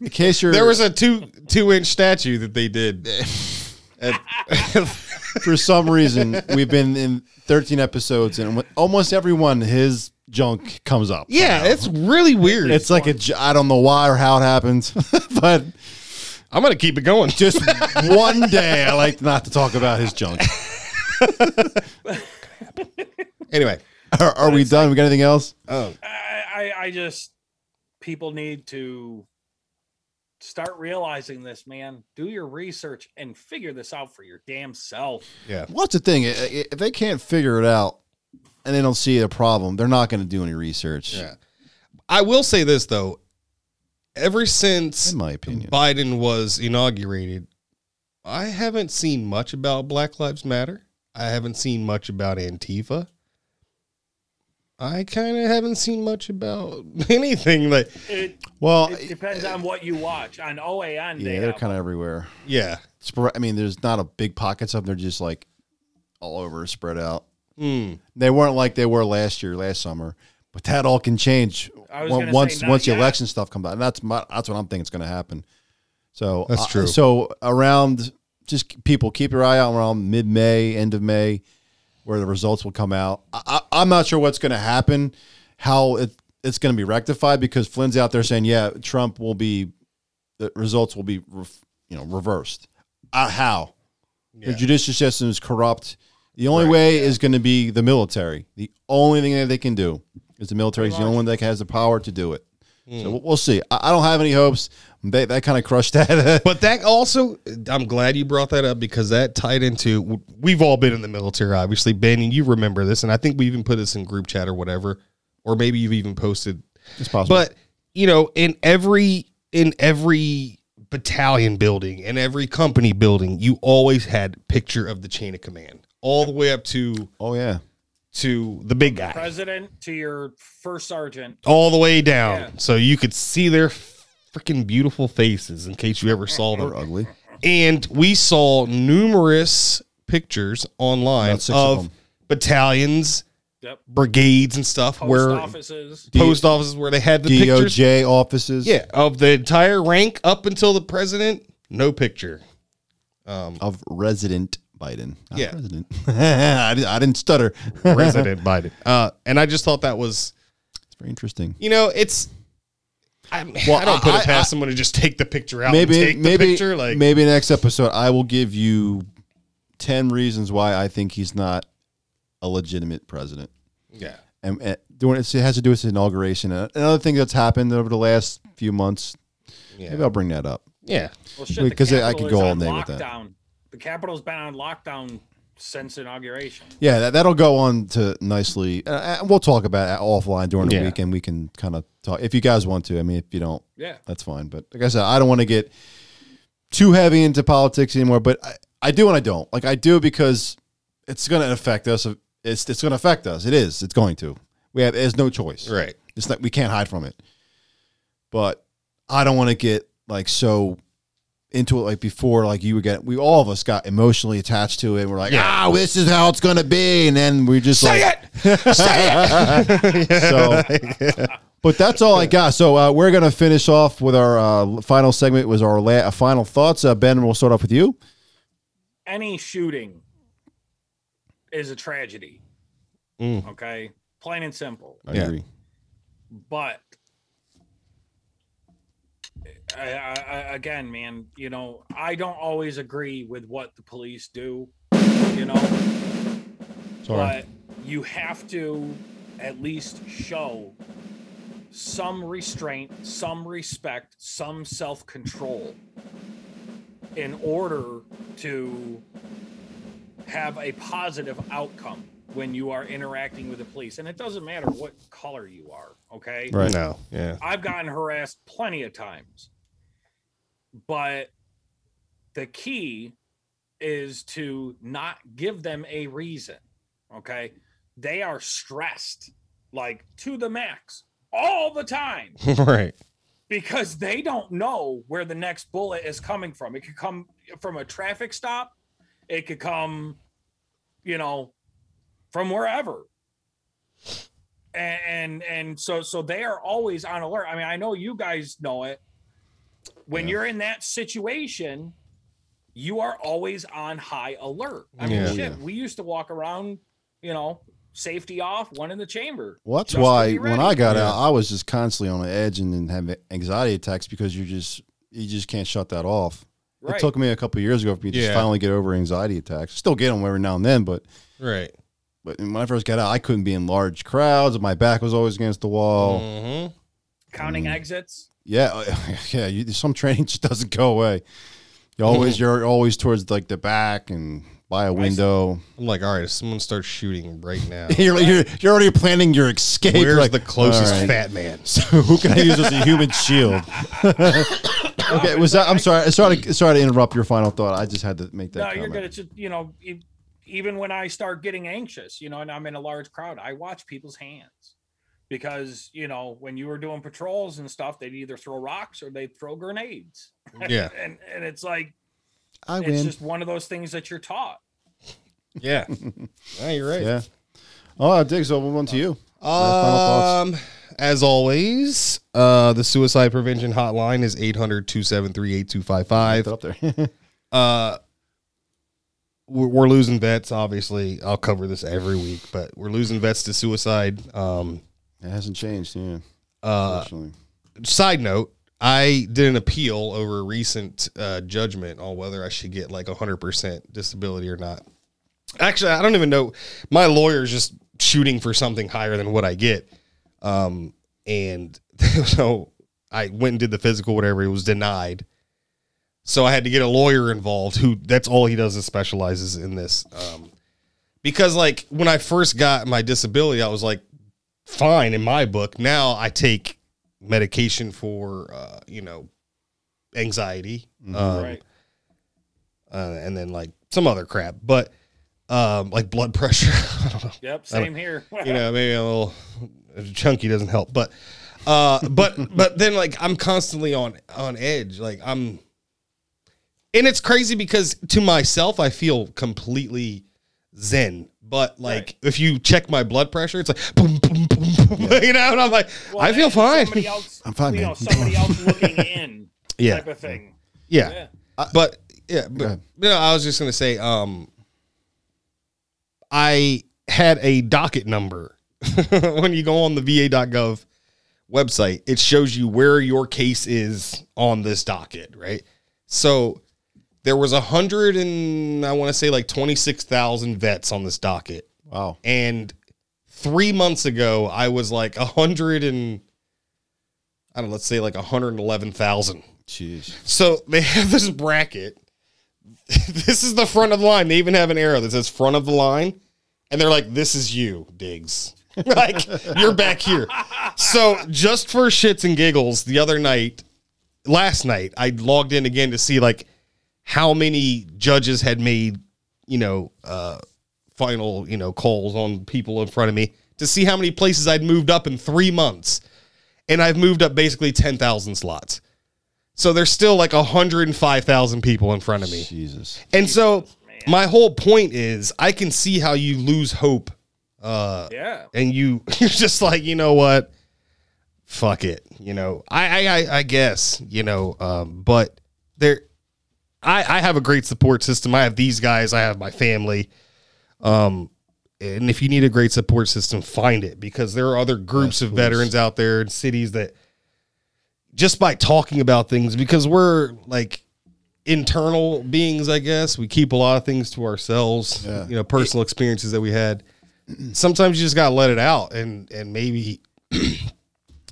C: In case you're
A: There was a two two inch statue that they (laughs) did. (laughs) At-
C: for some reason we've been in 13 episodes and with almost everyone his junk comes up.
A: yeah, it's really weird.
C: It's like a j- I don't know why or how it happens, (laughs) but
A: I'm gonna keep it (laughs) going.
C: just one day I like not to talk about his junk.
A: Anyway,
C: Are, are we done? We got anything else?
A: oh
D: I, I, I just people need to start realizing this, man. Do your research and figure this out for your damn self.
A: yeah,
C: What's the thing? I- I- If they can't figure it out and they don't see a problem, they're not going to do any research.
A: yeah. I will say this though. Ever since
C: In my opinion,
A: Biden was inaugurated, I haven't seen much about Black Lives Matter. I haven't seen much about Antifa. I kind of haven't seen much about (laughs) anything. Like,
D: It,
C: well,
D: it depends on what you watch on OAN.
C: uh, yeah, they're kind of everywhere.
A: yeah,
C: Spor- I mean, there's not a big pockets of them. They're just like all over, spread out.
A: mm,
C: They weren't like they were last year, last summer. But that all can change
D: I was
C: on-
D: gonna say
C: once
D: not
C: once the
D: yet.
C: election stuff comes out. And that's my, that's what I'm thinking is going to happen. So
A: That's
C: I-
A: true.
C: so around just people keep your eye out around mid May, end of May, where the results will come out. I, I, I'm not sure what's going to happen, how it, it's going to be rectified because Flynn's out there saying, yeah, Trump will be the results will be re, you know reversed. Uh, how?
A: Yeah.
C: The judicial system is corrupt. The only way is going to be the military. The only thing that they can do is the military is the only one that has the power to do it.
A: Hmm.
C: So we'll- we'll see. I, I don't have any hopes. They, that kind of crushed that. (laughs)
A: But that also, I'm glad you brought that up because that tied into we've all been in the military, obviously. Ben, and you remember this, and I think we even put this in group chat or whatever, or maybe you've even posted.
C: it's possible.
A: But you know, in every in every battalion building and every company building, you always had picture of the chain of command, all the way up to
C: oh yeah,
A: to the big guy,
D: president to your first sergeant.
A: all the way down,
D: Yeah.
A: so you could see their freaking beautiful faces in case you ever saw them.
C: we're ugly.
A: and we saw numerous pictures online
C: About six of
A: of,
C: them.
A: battalions,
D: Yep.
A: brigades, and stuff
D: Post
A: where
D: offices.
A: post offices where they had the pictures.
C: DOJ offices.
A: Yeah, of the entire rank up until the president, no picture.
C: of resident Biden. Not
A: Yeah.
C: resident. (laughs) I, didn't- I didn't stutter. (laughs) it's
A: President Biden. Uh, and I just thought that was,
C: very interesting.
A: you know, it's. I,
C: Well,
A: I don't put
C: I-
A: it past someone to just take the picture out. and
C: Maybe
A: take the
C: maybe
A: picture like
C: maybe next episode I will give you ten reasons why I think he's not a legitimate president.
A: yeah.
C: and, and doing it, it has to do with his inauguration. Uh, Another thing that's happened over the last few months. Maybe
A: Yeah.
C: I'll bring that up.
A: yeah,
D: Well, shit, the
C: 'cause I- I
D: Capitol
C: could
D: is
C: go all
D: on
C: day with that.
D: lockdown. The Capitol's been on lockdown since inauguration.
C: Yeah, that, that'll go on to nicely. Uh, uh, we'll talk about it offline during the
A: Yeah.
C: week, and we can kind of talk if you guys want to. I mean, if you don't,
D: Yeah.
C: that's fine. But like I said, I don't want to get too heavy into politics anymore. But I, I do and I don't. Like I do because it's going to affect us. It's it's going to affect us. It is. It's going to. We have. There's no choice.
A: right.
C: It's not. We can't hide from it. But I don't want to get like so into it like before. Like you would get. We all of us got emotionally attached to it. We're like,
A: Yeah.
C: ah, this is how it's going to be, and then we just like, (laughs) so, but that's all I got. So uh, we're gonna finish off with our uh, final segment. Was our la- uh, final thoughts? Uh, ben, we'll start off with you.
D: any shooting is a tragedy.
A: Mm.
D: Okay. Plain and simple.
C: I
A: Yeah.
C: agree.
D: But I, I, I, again, man, you know, I don't always agree with what the police do, you know,
C: Sorry.
D: but you have to at least show some restraint, some respect, some self control in order to have a positive outcome when you are interacting with the police. And it doesn't matter what color you are, okay?
C: Right.
A: No. Yeah.
D: I've gotten harassed plenty of times. But the key is to not give them a reason. Okay. They are stressed like to the max all the time
A: (laughs) right.
D: because they don't know where the next bullet is coming from. It could come from a traffic stop, it could come, you know, from wherever. And and, and so so they are always on alert. I mean, I know you guys know it. When you're in that situation, you are always on high alert. I mean,
A: Yeah.
D: shit, we used to walk around, you know, safety off, one in the chamber.
C: Well, that's
D: Just to
C: why
D: be
C: when
D: ready.
C: I got out, I was just constantly on the edge and then have anxiety attacks because you just you just can't shut that off. It took me a couple of years ago for me to
A: Yeah.
C: just finally get over anxiety attacks. Still get them every now and then, but
A: Right.
C: but when I first got out, I couldn't be in large crowds. My back was always against the wall.
A: Mhm.
D: counting exits.
C: Yeah, (laughs) yeah. You, some training (laughs) just doesn't go away. You
A: Mm.
C: always you're always towards like the back and by a window.
A: I'm like, all right, if someone starts shooting right
C: (laughs)
A: now,
C: You're, you're you're already planning your escape.
A: where's
C: like,
A: the closest
C: all right.
A: fat man?
C: (laughs) So who can I use as a human shield? (laughs) okay, was that? I'm sorry. Sorry, to, sorry to interrupt your final thought. I just had to make that.
D: no,
C: comment.
D: you're good. It's just, you know, e- even when I start getting anxious, you know, and I'm in a large crowd, I watch people's hands because, you know, when you were doing patrols and stuff, they'd either throw rocks or they'd throw grenades.
A: (laughs) Yeah.
D: and and it's like
C: I
D: it's
C: win.
D: just one of those things that you're taught.
C: (laughs)
A: Yeah. yeah, you're right.
C: yeah. Oh, Diggs, so move on to you. final
A: Um, as always, uh, the suicide prevention hotline is 800 273 8255.
C: Get up there. (laughs)
A: uh we're, we're losing vets obviously i'll cover this every week but we're losing vets to suicide um
C: It hasn't changed, yeah.
A: uh
C: Unfortunately.
A: side note i did an appeal over a recent uh judgment on whether i should get like 100% disability or not actually i don't even know my lawyer's just shooting for something higher than what i get um and (laughs) so i went and did the physical whatever it was denied so i had to get a lawyer involved who that's all he does is specializes in this um because like when i first got my disability i was like fine in my book now i take medication for uh you know anxiety um,
D: right.
A: uh, and then like some other crap, but um, like blood pressure. (laughs) I don't know.
D: Yep.
A: (laughs)
D: Same here.
A: You know, maybe a little chunky doesn't help, but uh, but (laughs) but then like I'm constantly on on edge. Like I'm, and it's crazy because to myself I feel completely zen. But like
D: Right.
A: if you check my blood pressure, it's like boom, boom, boom, boom. (laughs) You know, and I'm like,
D: Well,
A: I feel
D: and
A: fine. (laughs)
D: Somebody else,
C: I'm fine,
D: You
C: man.
D: know, somebody else looking in
A: Yeah.
D: type of thing.
A: yeah.
D: Yeah.
A: but yeah, but
C: ahead.
A: no, I was just gonna say, um, I had a docket number (laughs) when you go on the VA.gov website. It shows you where your case is on this docket, right? So there was a hundred and I want to say like twenty six thousand vets on this docket,
C: Wow.
A: and three months ago I was like a hundred and I don't know, let's say like hundred and eleven thousand.
C: Jeez.
A: So they (laughs) have this bracket. (laughs) this is the front of the line. They even have an arrow that says front of the line. And they're like, this is you, Diggs. (laughs) like, you're back here. So just for shits and giggles, the other night, last night, I logged in again to see like how many judges had made, you know, uh final, you know, calls on people in front of me to see how many places I'd moved up in three months. And I've moved up basically ten thousand slots. So there's still like 105,000 people in front of me.
C: Jesus.
A: And so my whole point is I can see how you lose hope uh
D: Yeah.
A: and you (laughs) you're just like, you know what? Fuck it. You know, I I I, I guess, you know, um but there I I have a great support system. I have these guys, I have my family. Um and if you need a great support system, find it because there are other groups of veterans out there in cities that just by talking about things because we're like internal beings i guess we keep a lot of things to ourselves
C: Yeah.
A: you know personal experiences that we had sometimes you just gotta let it out and and maybe (clears throat)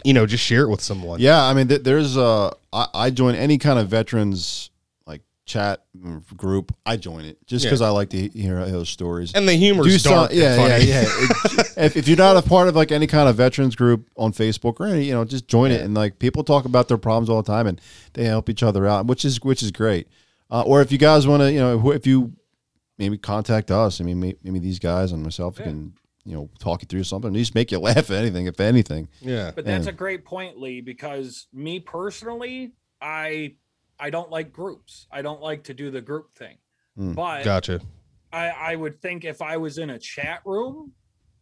A: you know just share it with someone
C: Yeah, I mean, th- there's uh, I, I join any kind of veterans like chat mm, group. I join it just because I like to he- hear those stories.
A: and the humor's
C: Do some-
A: dark
C: yeah,
A: and funny. (laughs)
C: yeah, yeah, It- if, if you're not a part of like any kind of veterans group on Facebook or any, you know, just join it and like people talk about their problems all the time and they help each other out, which is which is great. Uh, or if you guys want to, you know, wh- if you maybe contact us. I mean, may- maybe these guys and myself
D: Yeah.
C: can you know talk you through something. At least make you (laughs) laugh. If anything, if anything,
A: (laughs) Yeah.
D: But that's
C: Yeah.
D: a great point, Lee, because me personally, I I don't like groups. I don't like to do the group thing.
C: Mm,
D: but
A: Gotcha.
D: I, I would think if I was in a chat room,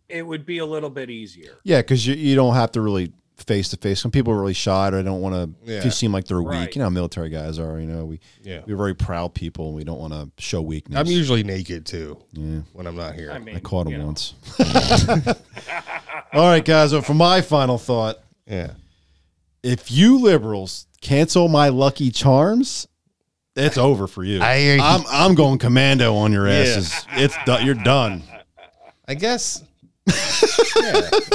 D: it would be a little bit easier.
C: yeah, because you you don't have to really face to face. Some people are really shy or don't want to.
A: Yeah.
C: They seem like they're
D: Right.
C: weak. You know, how military guys are. You know, we
A: Yeah.
C: we're very proud people and we don't want to show weakness.
A: I'm usually naked too
C: yeah.
A: when I'm not here.
D: I mean,
C: I caught him
D: you know.
C: once. All right, guys. So for my final thought,
A: yeah.
C: if you liberals cancel my Lucky Charms, it's over for you.
A: I-
C: I'm I'm going commando on your
A: Yeah.
C: asses. It's do- you're done.
A: I guess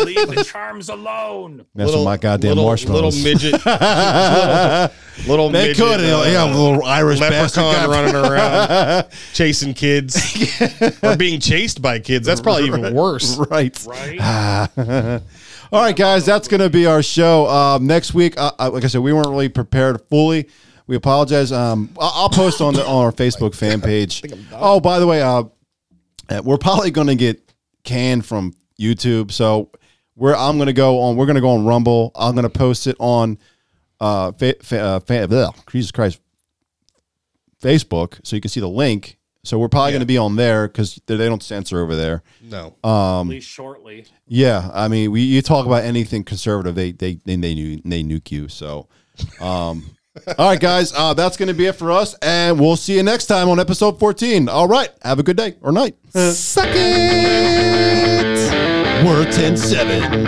D: Leave the charms alone.
C: Mess with my goddamn
A: little,
C: marshmallows. (laughs)
A: Little midget, little
C: they
A: midget,
C: could,
A: uh,
C: yeah, little Irish bastard.
A: leprechaun
C: guy.
A: running around
C: (laughs)
A: chasing kids or being chased by kids. That's probably even worse.
C: (laughs) Right.
D: Right?
C: (sighs) All right, guys, that's going to be our show. Um, next week, uh, uh, like I said, we weren't really prepared fully. We apologize. Um, I- I'll post on the on our Facebook fan page. Oh, by the way, uh, uh, we're probably going to get canned from YouTube, so we're I'm going to go on. We're going to go on Rumble. I'm going to post it on uh, fa- fa- uh, fa- bleh, Jesus Christ, Facebook, so you can see the link. So we're probably going to be on there because they they don't censor over there.
A: No.
C: Uh, Um,
D: At least shortly.
C: Yeah, I mean, we you talk about anything conservative, they they they they, nu- they nuke you. So, um, all right, guys, uh, that's going to be it for us, and we'll see you next time on episode fourteen. All right, have a good day or night. Suck it. We're ten seven.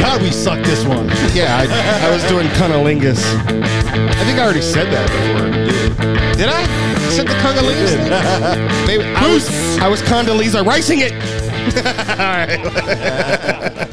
C: God, we suck this one.
A: Yeah, I, I was doing cunnilingus. I think I already said that before. Did I? I said the cunnilingus? Maybe I was, I was Condoleezza ricing it. All right.